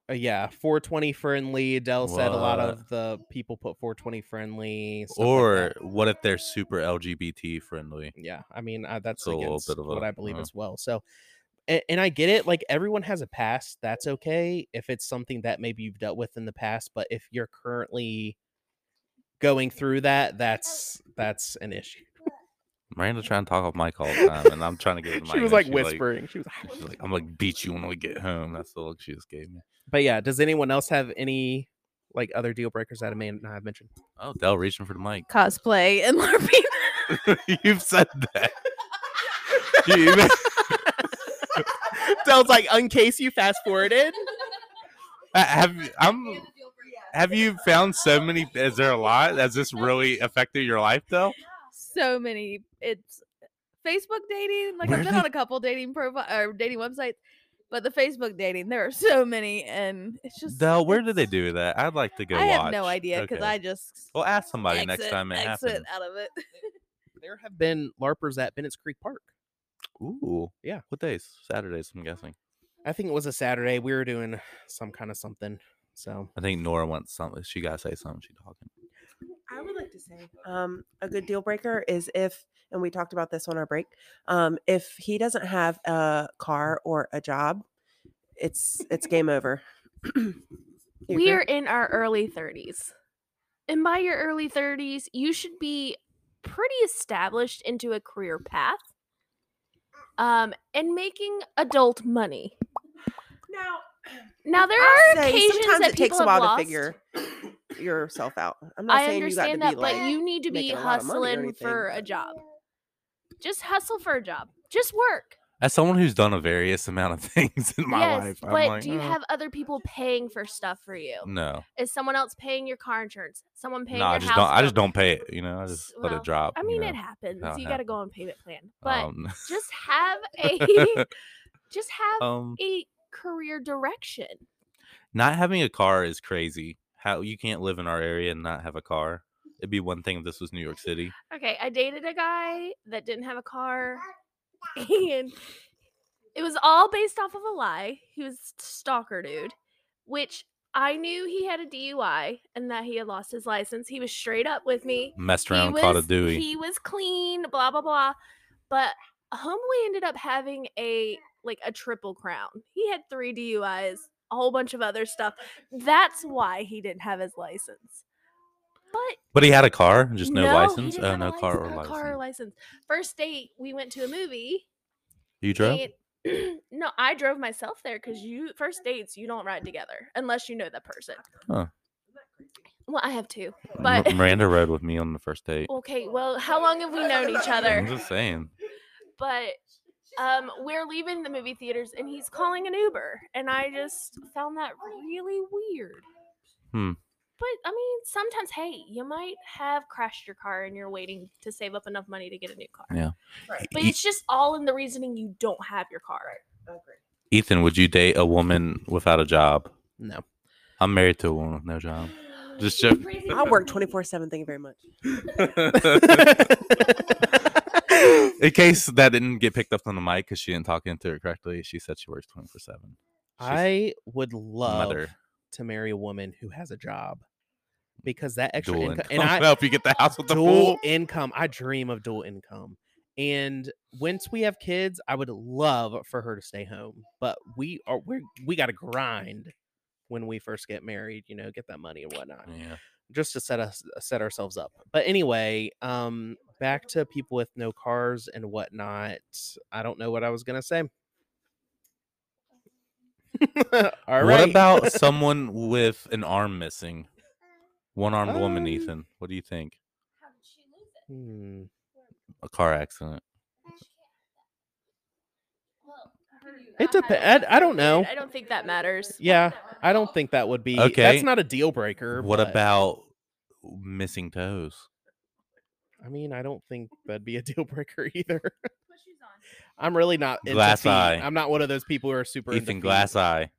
Speaker 2: uh, yeah, 420 friendly. Adele said a lot
Speaker 1: What? Oh
Speaker 2: of the people put 420 friendly. stuff like
Speaker 1: Or
Speaker 2: that.
Speaker 1: what if they're super LGBT friendly?
Speaker 2: yeah, I mean I, that's
Speaker 1: a little
Speaker 2: against
Speaker 1: bit of
Speaker 2: what
Speaker 1: a-
Speaker 2: I believe
Speaker 1: uh.
Speaker 2: as well. So, and, and I get it. Like everyone has a past. That's okay if it's something that maybe you've dealt with in the past. But if you're currently going through that, that's that's an issue.
Speaker 1: Miranda trying to talk off mic all the time, and I'm trying to get. the
Speaker 2: she was
Speaker 1: mic, and
Speaker 2: like
Speaker 1: she,
Speaker 2: whispering. she was
Speaker 1: she's like, I'm like beat you when we get home. That's the look she just gave me.
Speaker 2: But yeah, does anyone else have any like other deal breakers that Amanda and I have mentioned?
Speaker 1: Oh, Dell reaching for the mic.
Speaker 5: Cosplay and LARPing.
Speaker 1: You've said that. You even-
Speaker 2: Dell's like, in case you fast forwarded.
Speaker 1: I- Uh, have you- I'm. Have you found so many? Is there a lot? Has this really affected your life, though?
Speaker 5: so many. It's Facebook dating. Like
Speaker 1: Where
Speaker 5: I've been
Speaker 1: did-
Speaker 5: on a couple dating profile or dating websites, but the Facebook dating there are so many, and it's just.
Speaker 1: Dell, where do
Speaker 5: it's-
Speaker 1: they do that? I'd like to go.
Speaker 5: I
Speaker 1: watch.
Speaker 5: have no idea because
Speaker 1: Okay.
Speaker 5: I just.
Speaker 1: Well, ask somebody next
Speaker 5: exit-
Speaker 1: time it
Speaker 5: exit
Speaker 1: happens.
Speaker 5: out of it.
Speaker 2: There have been LARPers at Bennett's Creek Park.
Speaker 1: Ooh,
Speaker 2: Yeah.
Speaker 1: What days? Saturdays, I'm guessing.
Speaker 2: I think it was a Saturday. We were doing some kind of something. So
Speaker 1: I think Nora wants something. She gotta say something. She talking.
Speaker 3: I would like to say um, a good deal breaker is if, and we talked about this on our break, um, if he doesn't have a car or a job, it's it's game over. You agree?
Speaker 4: we are in our early 30s. And by your early 30s, you should be pretty established into a career path um, and making adult money.
Speaker 3: now.
Speaker 4: Now, there
Speaker 3: I'll
Speaker 4: are
Speaker 3: say
Speaker 4: occasions
Speaker 3: sometimes
Speaker 4: that
Speaker 3: it takes
Speaker 4: people
Speaker 3: a while
Speaker 4: have lost.
Speaker 3: to figure yourself out. I'm not
Speaker 4: I
Speaker 3: saying you got to be
Speaker 4: understand that,
Speaker 3: like
Speaker 4: but you need to be
Speaker 3: making a lot of money or
Speaker 4: hustling
Speaker 3: anything,
Speaker 4: for a
Speaker 3: but-
Speaker 4: job. Just hustle for a job. Just work.
Speaker 1: As someone who's done a various amount of things in my
Speaker 4: yes,
Speaker 1: life, I'm
Speaker 4: but
Speaker 1: like,
Speaker 4: do you
Speaker 1: "Uh,
Speaker 4: have other people paying for stuff for you?
Speaker 1: no?
Speaker 4: Is someone else paying your car insurance? Someone paying
Speaker 1: No, I
Speaker 4: your
Speaker 1: just
Speaker 4: house?
Speaker 1: don't. I just
Speaker 4: bill?
Speaker 1: don't pay it. You know, I just let
Speaker 4: well,
Speaker 1: it drop.
Speaker 4: I
Speaker 1: you
Speaker 4: mean,
Speaker 1: know?
Speaker 4: it happens.
Speaker 1: how it
Speaker 4: you got to
Speaker 1: happens.
Speaker 4: go on payment plan, but
Speaker 1: um,
Speaker 4: just have a just have
Speaker 1: um,
Speaker 4: a career direction.
Speaker 1: not having a car is crazy. How you can't live in our area and not have a car? It'd be one thing if this was New York City.
Speaker 4: Okay, I dated a guy that didn't have a car, and it was all based off of a lie. He was a stalker dude, which I knew he had a DUI and that he had lost his license. He was straight up with me.
Speaker 1: Messed
Speaker 4: He
Speaker 1: around, caught a
Speaker 4: was-
Speaker 1: Dewey.
Speaker 4: He was clean, blah blah blah. But Homely ended up having a like a triple crown. He had three DUIs, a whole bunch of other stuff. That's why he didn't have his license. But
Speaker 1: but he had a car, just no,
Speaker 4: he
Speaker 1: license.
Speaker 4: didn't
Speaker 1: Oh,
Speaker 4: have a
Speaker 1: no car or
Speaker 4: license-
Speaker 1: license.
Speaker 4: a car or license. First date, we went to a movie.
Speaker 1: you drove?
Speaker 4: and- no, I drove myself there because you first dates you don't ride together unless you know that person.
Speaker 1: Huh.
Speaker 4: Well, I have two.
Speaker 1: M-
Speaker 4: But
Speaker 1: Miranda rode with me on the first date.
Speaker 4: okay, well, how long have we known each other?
Speaker 1: I'm just saying.
Speaker 4: but um we're leaving the movie theaters and he's calling an uber and i just found that really weird
Speaker 1: Hmm.
Speaker 4: but i mean sometimes hey you might have crashed your car and you're waiting to save up enough money to get a new car
Speaker 1: Yeah.
Speaker 4: but
Speaker 1: Ye-
Speaker 4: it's just all in the reasoning you don't have your car
Speaker 1: Ethan, would you date a woman without a job?
Speaker 2: no.
Speaker 1: I'm married to a woman with no job. Oh. Just joking.
Speaker 4: Crazy.
Speaker 3: I work 24 7. Thank you very much.
Speaker 1: In case that didn't get picked up on the mic because she didn't talk into it correctly, she said she works 24 7.
Speaker 2: I would love to marry a woman who has a job because that extra
Speaker 1: dual
Speaker 2: income, and
Speaker 1: income.
Speaker 2: I
Speaker 1: help you get the house with the
Speaker 2: dual
Speaker 1: pool.
Speaker 2: income. I dream of dual income. And once we have kids, I would love for her to stay home. But we are we are we got to grind when we first get married. You know, get that money and whatnot,
Speaker 1: Yeah.
Speaker 2: just to set us uh, set ourselves up. But anyway, um, back to people with no cars and whatnot. I don't know what I was gonna say. All right.
Speaker 1: What about someone with an arm missing? One armed woman,
Speaker 2: Um,
Speaker 1: Ethan. What do you think?
Speaker 2: Hmm.
Speaker 1: A car accident.
Speaker 2: It depends. I, I don't know.
Speaker 4: i don't think that matters
Speaker 2: Yeah, I don't think that would be.
Speaker 1: Okay.
Speaker 2: that's not a deal breaker.
Speaker 1: What
Speaker 2: but-
Speaker 1: about missing toes?
Speaker 2: I mean, I don't think that'd be a deal breaker either. I'm really not into
Speaker 1: Glass
Speaker 2: feet.
Speaker 1: eye.
Speaker 2: I'm not one of those people who are super into
Speaker 1: Ethan,
Speaker 2: feet.
Speaker 1: glass eye.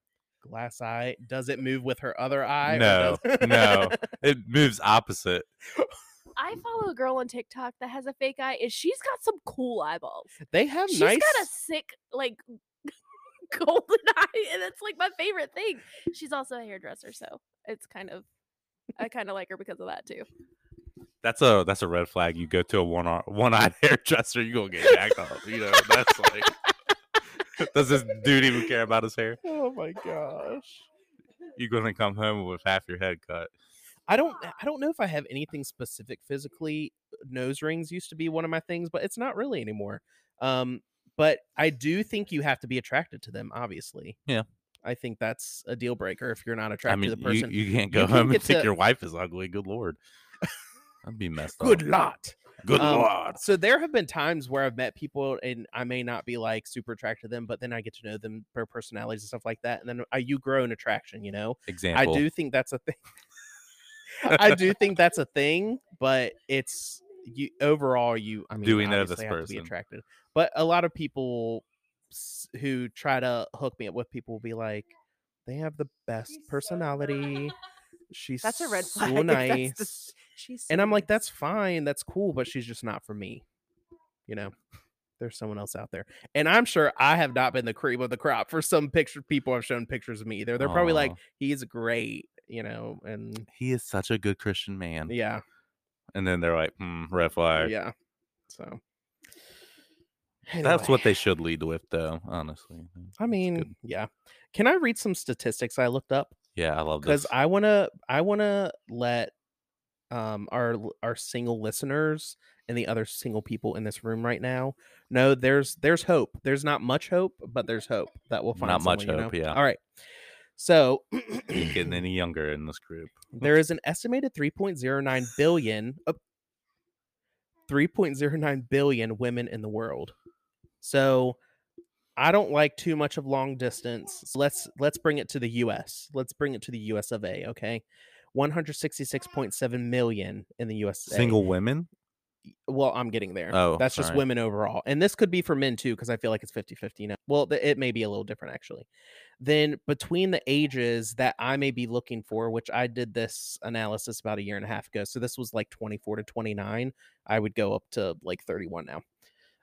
Speaker 2: glass eye. Does it move with her other eye? or
Speaker 1: No,
Speaker 2: does-
Speaker 1: no. It moves opposite.
Speaker 4: I follow a girl on TikTok that has a fake eye. Is she's got some cool eyeballs?
Speaker 2: they have
Speaker 4: She's
Speaker 2: nice.
Speaker 4: got a sick like golden eye, and it's like my favorite thing. She's also a hairdresser, so it's kind of I kind of like her because of that too.
Speaker 1: That's a that's a red flag. You go to a one one eyed hairdresser, you gonna get jacked off. You know, that's like does this dude even care about his hair?
Speaker 2: oh my gosh.
Speaker 1: You're gonna come home with half your head cut.
Speaker 2: I don't
Speaker 1: Ah.
Speaker 2: I don't know if I have anything specific physically. uh, Nose rings used to be one of my things, but it's not really anymore. Um, but I do think you have to be attracted to them, obviously.
Speaker 1: Yeah.
Speaker 2: I think that's a deal breaker if you're not attracted to the
Speaker 1: I mean, you-
Speaker 2: person.
Speaker 1: you, can't go
Speaker 2: You can
Speaker 1: home and
Speaker 2: get
Speaker 1: think
Speaker 2: to-
Speaker 1: your wife is ugly. Good lord, I'd be messed
Speaker 2: Good
Speaker 1: up.
Speaker 2: lot.
Speaker 1: Good
Speaker 2: Um,
Speaker 1: lord.
Speaker 2: So there have been times where I've met people and I may not be like super attracted to them, but then I get to know them, their personalities and stuff like that. And then I, you grow an attraction, you know?
Speaker 1: Example.
Speaker 2: I do think that's a thing. I do think that's a thing, but it's you overall you I mean
Speaker 1: Do we know this
Speaker 2: obviously have to be
Speaker 1: person?
Speaker 2: attracted. But a lot of people s- who try to hook me up with people will be like they have the best personality. She's
Speaker 3: That's a red flag.
Speaker 2: So
Speaker 3: if that's the-
Speaker 2: nice.
Speaker 3: she's so
Speaker 2: and I'm like
Speaker 3: nice.
Speaker 2: that's fine, that's cool, but she's just not for me. You know. There's someone else out there. And I'm sure I have not been the cream of the crop for some picture people have shown pictures of me either. They're probably like
Speaker 1: Aw.
Speaker 2: he's great, you know, and
Speaker 1: He is such a good Christian man.
Speaker 2: yeah,
Speaker 1: And then they're like, hmm, red flag.
Speaker 2: yeah. So
Speaker 1: That's
Speaker 2: Anyway,
Speaker 1: what they should lead with, though. Honestly.
Speaker 2: I
Speaker 1: That's
Speaker 2: mean.
Speaker 1: good.
Speaker 2: Yeah. Can I read some statistics I looked up
Speaker 1: yeah, I love
Speaker 2: because
Speaker 1: this.
Speaker 2: I wanna I wanna let um our l- our single listeners and the other single people in this room right now know there's there's hope. There's not much hope, but there's hope that we'll find
Speaker 1: Not much
Speaker 2: someone, you
Speaker 1: hope,
Speaker 2: know?
Speaker 1: yeah.
Speaker 2: All right. So
Speaker 1: Ain't getting any younger in this group.
Speaker 2: there is an estimated 3.09 billion uh, 3.09 billion women in the world so i don't like too much of long distance so let's let's bring it to the us let's bring it to the us of a okay 166.7 million in the us
Speaker 1: Single women?
Speaker 2: well i'm getting there
Speaker 1: Oh,
Speaker 2: that's just
Speaker 1: sorry.
Speaker 2: women overall and this could be for men too because i feel like it's 50 50 now well th- it may be a little different actually then between the ages that i may be looking for which i did this analysis about a year and a half ago so this was like 24 to 29 i would go up to like 31 now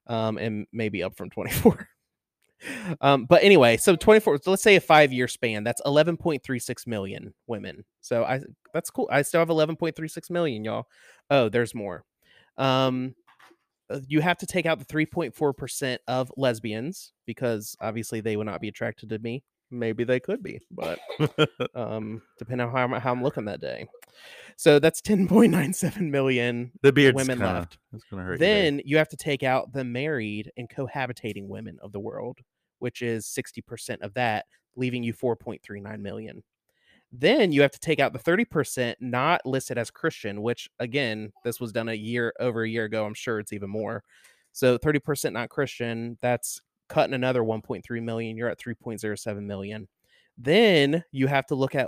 Speaker 2: um and maybe up from 24 um but anyway so 24 so let's say a five year span that's 11.36 million women so i that's cool i still have 11.36 million y'all oh there's more um uh, you have to take out the 3.4% of lesbians because obviously they would not be attracted to me. Maybe they could be, but um, depending on how I'm, how I'm looking that day. So that's 10.97 million
Speaker 1: The beard's
Speaker 2: women
Speaker 1: kinda,
Speaker 2: left.
Speaker 1: It's gonna hurt. your day.
Speaker 2: Then you have to take out the married and cohabitating women of the world, which is 60% of that, leaving you 4.39 million. Then you have to take out the 30% not listed as Christian, which again, this was done a year over a year ago. I'm sure it's even more. So 30% not Christian, that's cutting another 1.3 million. You're at 3.07 million. Then you have to look at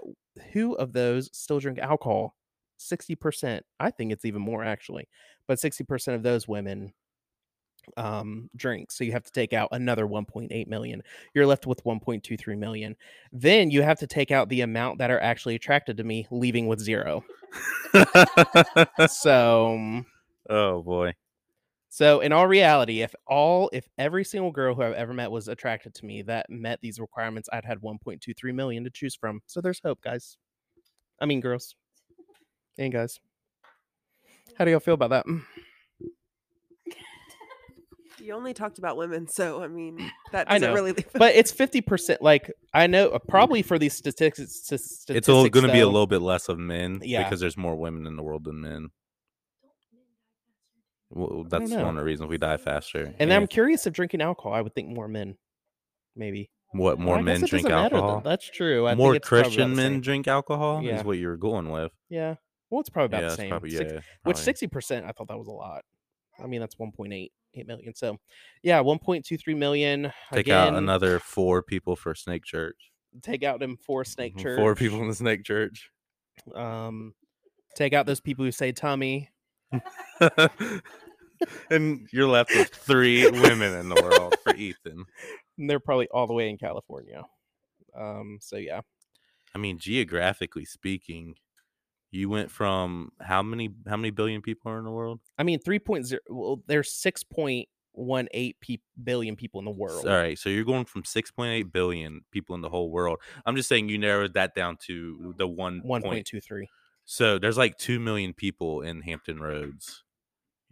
Speaker 2: who of those still drink alcohol. 60%. I think it's even more actually but 60% of those women um drink so you have to take out another 1.8 million you're left with 1.23 million then you have to take out the amount that are actually attracted to me leaving with zero so
Speaker 1: oh boy.
Speaker 2: so in all reality if all if every single girl who i've ever met was attracted to me that met these requirements i'd had 1.23 million to choose from so there's hope guys i mean girls and guys how do y'all feel about that
Speaker 3: You only talked about women, so I mean that
Speaker 2: I
Speaker 3: doesn't
Speaker 2: know,
Speaker 3: really. leave-
Speaker 2: but it's 50% like i know uh, probably for these statistics statistics
Speaker 1: It's all gonna be a
Speaker 2: though,
Speaker 1: little bit less of men
Speaker 2: Yeah.
Speaker 1: because there's more women in the world than men. Well,
Speaker 2: don't
Speaker 1: that's one of
Speaker 2: know.
Speaker 1: the reasons we die faster.
Speaker 2: and
Speaker 1: yeah.
Speaker 2: i'm curious if drinking alcohol i would think more men maybe
Speaker 1: what
Speaker 2: Well,
Speaker 1: more
Speaker 2: I guess
Speaker 1: men
Speaker 2: it
Speaker 1: drink
Speaker 2: doesn't matter, though.
Speaker 1: alcohol.
Speaker 2: that's true I think
Speaker 1: more
Speaker 2: it's probably about
Speaker 1: Christian
Speaker 2: the
Speaker 1: men
Speaker 2: same.
Speaker 1: drink alcohol
Speaker 2: Yeah.
Speaker 1: is what you're going with.
Speaker 2: yeah well it's probably about the
Speaker 1: yeah, it's
Speaker 2: same
Speaker 1: probably,
Speaker 2: Six-
Speaker 1: yeah,
Speaker 2: which
Speaker 1: probably.
Speaker 2: 60% i thought that was a lot i mean that's 1.8 8 million so yeah 1.23 million
Speaker 1: Take
Speaker 2: again,
Speaker 1: out another four people for Snake Church.
Speaker 2: take out them four snake
Speaker 1: Mhm,
Speaker 2: church
Speaker 1: Four people in the Snake Church.
Speaker 2: um take out those people who say tummy
Speaker 1: and you're left with three women in the world for Ethan.
Speaker 2: and they're probably all the way in california Um, so yeah,
Speaker 1: I mean, geographically speaking, you went from how many how many billion people are in the world?
Speaker 2: I mean, 3.0, well, there's 6.18 peop billion people in the world.
Speaker 1: All right, so you're going from 6.8 billion people in the whole world. I'm just saying you narrowed that down to the one, point.
Speaker 2: 1.23.
Speaker 1: So there's like two million people in Hampton Roads.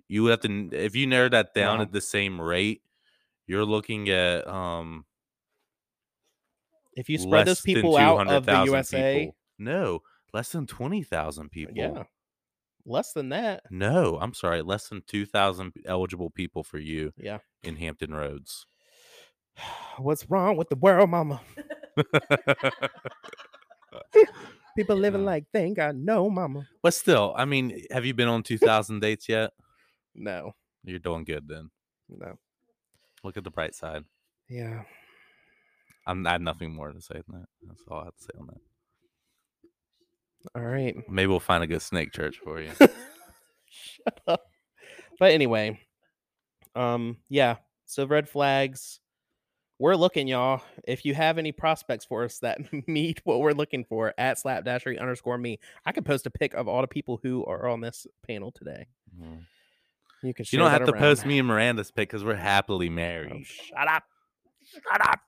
Speaker 1: You would have to n- if you narrow that down
Speaker 2: Wow.
Speaker 1: at the same rate, you're looking at um
Speaker 2: If you spread those
Speaker 1: less than
Speaker 2: people out of the
Speaker 1: 200,000
Speaker 2: USA,
Speaker 1: people. No, less than twenty thousand people.
Speaker 2: yeah, less than that.
Speaker 1: No, I'm sorry, less than two thousand eligible people for you
Speaker 2: Yeah.
Speaker 1: in Hampton Roads.
Speaker 2: What's wrong with the world, mama? People living
Speaker 1: Yeah.
Speaker 2: like they ain't got no mama.
Speaker 1: But still, I mean, eh, have you been on 2,000 dates yet?
Speaker 2: No,
Speaker 1: You're doing good then.
Speaker 2: no,
Speaker 1: Look at the bright side.
Speaker 2: yeah.
Speaker 1: I'm, I have nothing more to say on that. That's all I have to say on that.
Speaker 2: All right.
Speaker 1: Maybe we'll find a good snake church for you.
Speaker 2: Shut up. But anyway, um, yeah. So red flags. We're looking, y'all. If you have any prospects for us that meet what we're looking for, at slapdashery underscore me, I could post a pic of all the people who are on this panel today.
Speaker 1: Mm.
Speaker 2: You can.
Speaker 1: you
Speaker 2: share
Speaker 1: don't
Speaker 2: that
Speaker 1: have to
Speaker 2: around.
Speaker 1: post me and Miranda's pic because we're happily
Speaker 2: Oh,
Speaker 1: married.
Speaker 2: shut up! Shut up!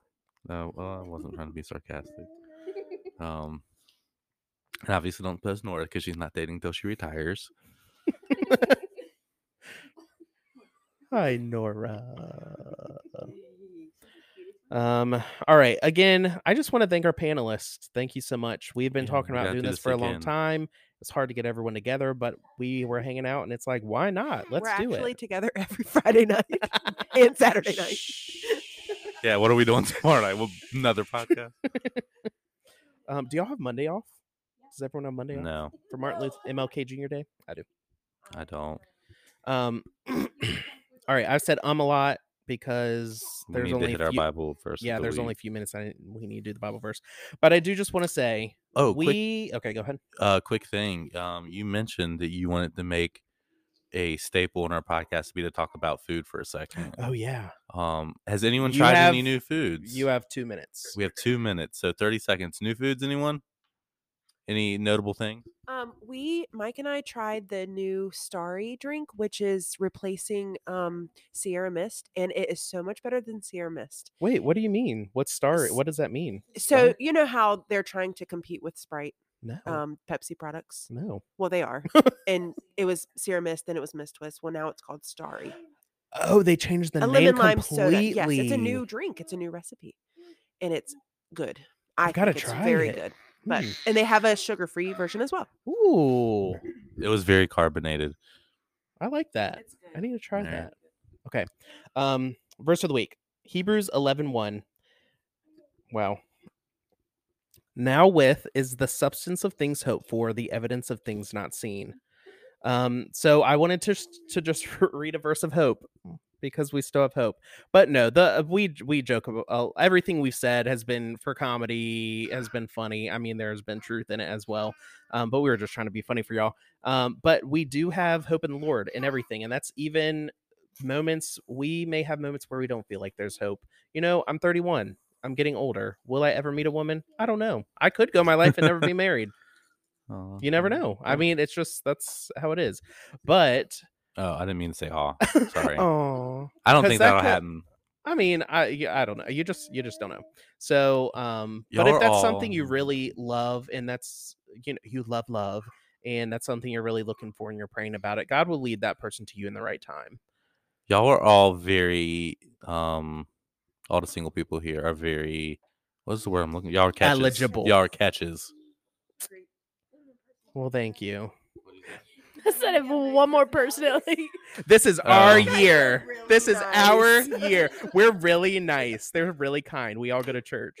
Speaker 1: No, well, I wasn't trying to be sarcastic. Um, and obviously, don't post Nora because she's not dating till she retires.
Speaker 2: Hi, Nora. Um, all right. Again, I just want to thank our panelists. Thank you so much. We've been
Speaker 1: Yeah,
Speaker 2: talking
Speaker 1: we
Speaker 2: about
Speaker 1: gotta
Speaker 2: doing
Speaker 1: do
Speaker 2: this,
Speaker 1: this
Speaker 2: for a long
Speaker 1: again.
Speaker 2: time. It's hard to get everyone together, but we were hanging out and it's like, why not? Let's
Speaker 3: We're
Speaker 2: do
Speaker 3: actually
Speaker 2: it.
Speaker 3: together every Friday night and Saturday night.
Speaker 1: Yeah, what are we doing tomorrow night? Well, another podcast?
Speaker 2: Um, do y'all have Monday off? Does everyone have Monday off
Speaker 1: No,
Speaker 2: for Martin Luther MLK Jr. Day? I do.
Speaker 1: I don't.
Speaker 2: Um, all right. I've said um a lot because
Speaker 1: We
Speaker 2: there's
Speaker 1: need
Speaker 2: only
Speaker 1: to hit
Speaker 2: a
Speaker 1: our
Speaker 2: few-
Speaker 1: Bible verse. of
Speaker 2: yeah,
Speaker 1: the
Speaker 2: there's
Speaker 1: week.
Speaker 2: only a few minutes. I we need to do the Bible verse, but I do just want to say
Speaker 1: oh, quick
Speaker 2: we okay. Go ahead.
Speaker 1: uh quick thing um you mentioned that you wanted to make a staple in our podcast to be to talk about food for a second
Speaker 2: Oh yeah,
Speaker 1: um has anyone
Speaker 2: You
Speaker 1: tried any
Speaker 2: have-
Speaker 1: new foods
Speaker 2: you have two minutes.
Speaker 1: we have two minutes so 30 seconds new foods anyone any notable thing
Speaker 3: Um, we Mike and I tried the new Starry drink, which is replacing um Sierra Mist, and it is so much better than Sierra Mist.
Speaker 2: Wait, what do you mean? What star?
Speaker 3: S-
Speaker 2: What does that mean?
Speaker 3: So you know how they're trying to compete with Sprite,
Speaker 2: No,
Speaker 3: um, Pepsi products.
Speaker 2: no.
Speaker 3: Well, they are, and it was Sierra Mist, then it was Mist Twist. Well, now it's called Starry.
Speaker 2: Oh, they changed the
Speaker 3: a
Speaker 2: name
Speaker 3: lemon lime soda.
Speaker 2: completely.
Speaker 3: Yes, it's a new drink. It's a new recipe, and it's good. I
Speaker 2: gotta
Speaker 3: think
Speaker 2: try
Speaker 3: it's very
Speaker 2: it.
Speaker 3: good. But and they have a sugar-free version as well.
Speaker 2: Hmm. Ooh,
Speaker 1: it was very carbonated
Speaker 2: I like that. I need to try
Speaker 1: Alright.
Speaker 2: that. Okay. Um, verse of the week. Hebrews 11:1. Wow. Now with is the substance of things hoped for, the evidence of things not seen. Um, so I wanted to s- to just read a verse of hope because we still have hope. But no, the we we joke about uh, everything we've said has been for comedy, has been funny. I mean, there's been truth in it as well. Um, but we were just trying to be funny for y'all. Um, but we do have hope in the Lord and everything, and that's even moments we may have moments where we don't feel like there's hope. You know, I'm 31. I'm getting older. Will I ever meet a woman? I don't know. I could go my life and never be married.
Speaker 1: Aw,
Speaker 2: You never
Speaker 1: mm,
Speaker 2: know. I
Speaker 1: mm.
Speaker 2: mean, it's just that's how it is. But
Speaker 1: oh i didn't mean to say aw sorry
Speaker 2: oh,
Speaker 1: i don't
Speaker 2: 'cause
Speaker 1: think
Speaker 2: that
Speaker 1: that'll
Speaker 2: could-
Speaker 1: happen
Speaker 2: I mean, I yeah, I don't know. You just you just don't know. So, um, but
Speaker 1: Y'all
Speaker 2: if
Speaker 1: are um
Speaker 2: that's something you
Speaker 1: all-
Speaker 2: really love, and that's you know you love love, and that's something you're really looking for, and you're praying about it, God will lead that person to you in the right time.
Speaker 1: y'all are all very um all the single people here are very what's the word i'm looking y'all are catches
Speaker 2: Eligible.
Speaker 1: y'all are catches
Speaker 2: Well, thank you.
Speaker 4: I said if one more personality.
Speaker 2: This is our
Speaker 1: Oh.
Speaker 2: year.
Speaker 3: Really
Speaker 2: this is our
Speaker 3: nice.
Speaker 2: year. We're really nice. They're really kind. We all go to church.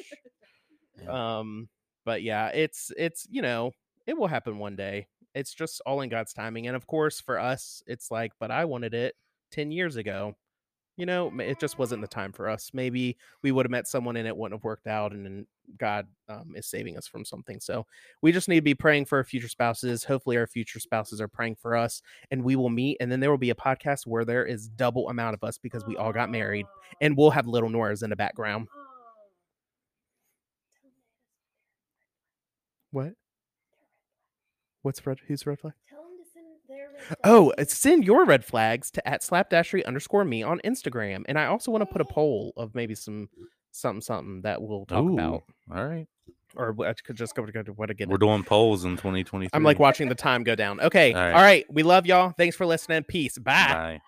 Speaker 2: Um, but yeah, it's it's you know it will happen one day. It's just all in God's timing, and of course for us, it's like, but I wanted it ten years ago. You know, ma- it just wasn't the time for us. Maybe we would have met someone and it wouldn't have worked out, and then God um, is saving us from something. So we just need to be praying for our future spouses. Hopefully, our future spouses are praying for us, and we will meet. And then there will be a podcast where there is double amount of us because we all got married, and we'll have little Nora's in the background. What? What's red? Who's red flag?
Speaker 4: Tell them to send their.
Speaker 2: Oh, uh, send your red flags to at slapdashery underscore me on Instagram. And I also want to put a
Speaker 4: Yay.
Speaker 2: poll of maybe some something something that we'll talk
Speaker 1: Ooh,
Speaker 2: about.
Speaker 1: All right.
Speaker 2: Or I could just go to go to what again?
Speaker 1: We're doing polls in 2023.
Speaker 2: I'm like watching the time go down. Okay.
Speaker 1: All right.
Speaker 2: All right. We love y'all. Thanks for listening. Peace. Bye.
Speaker 1: Bye.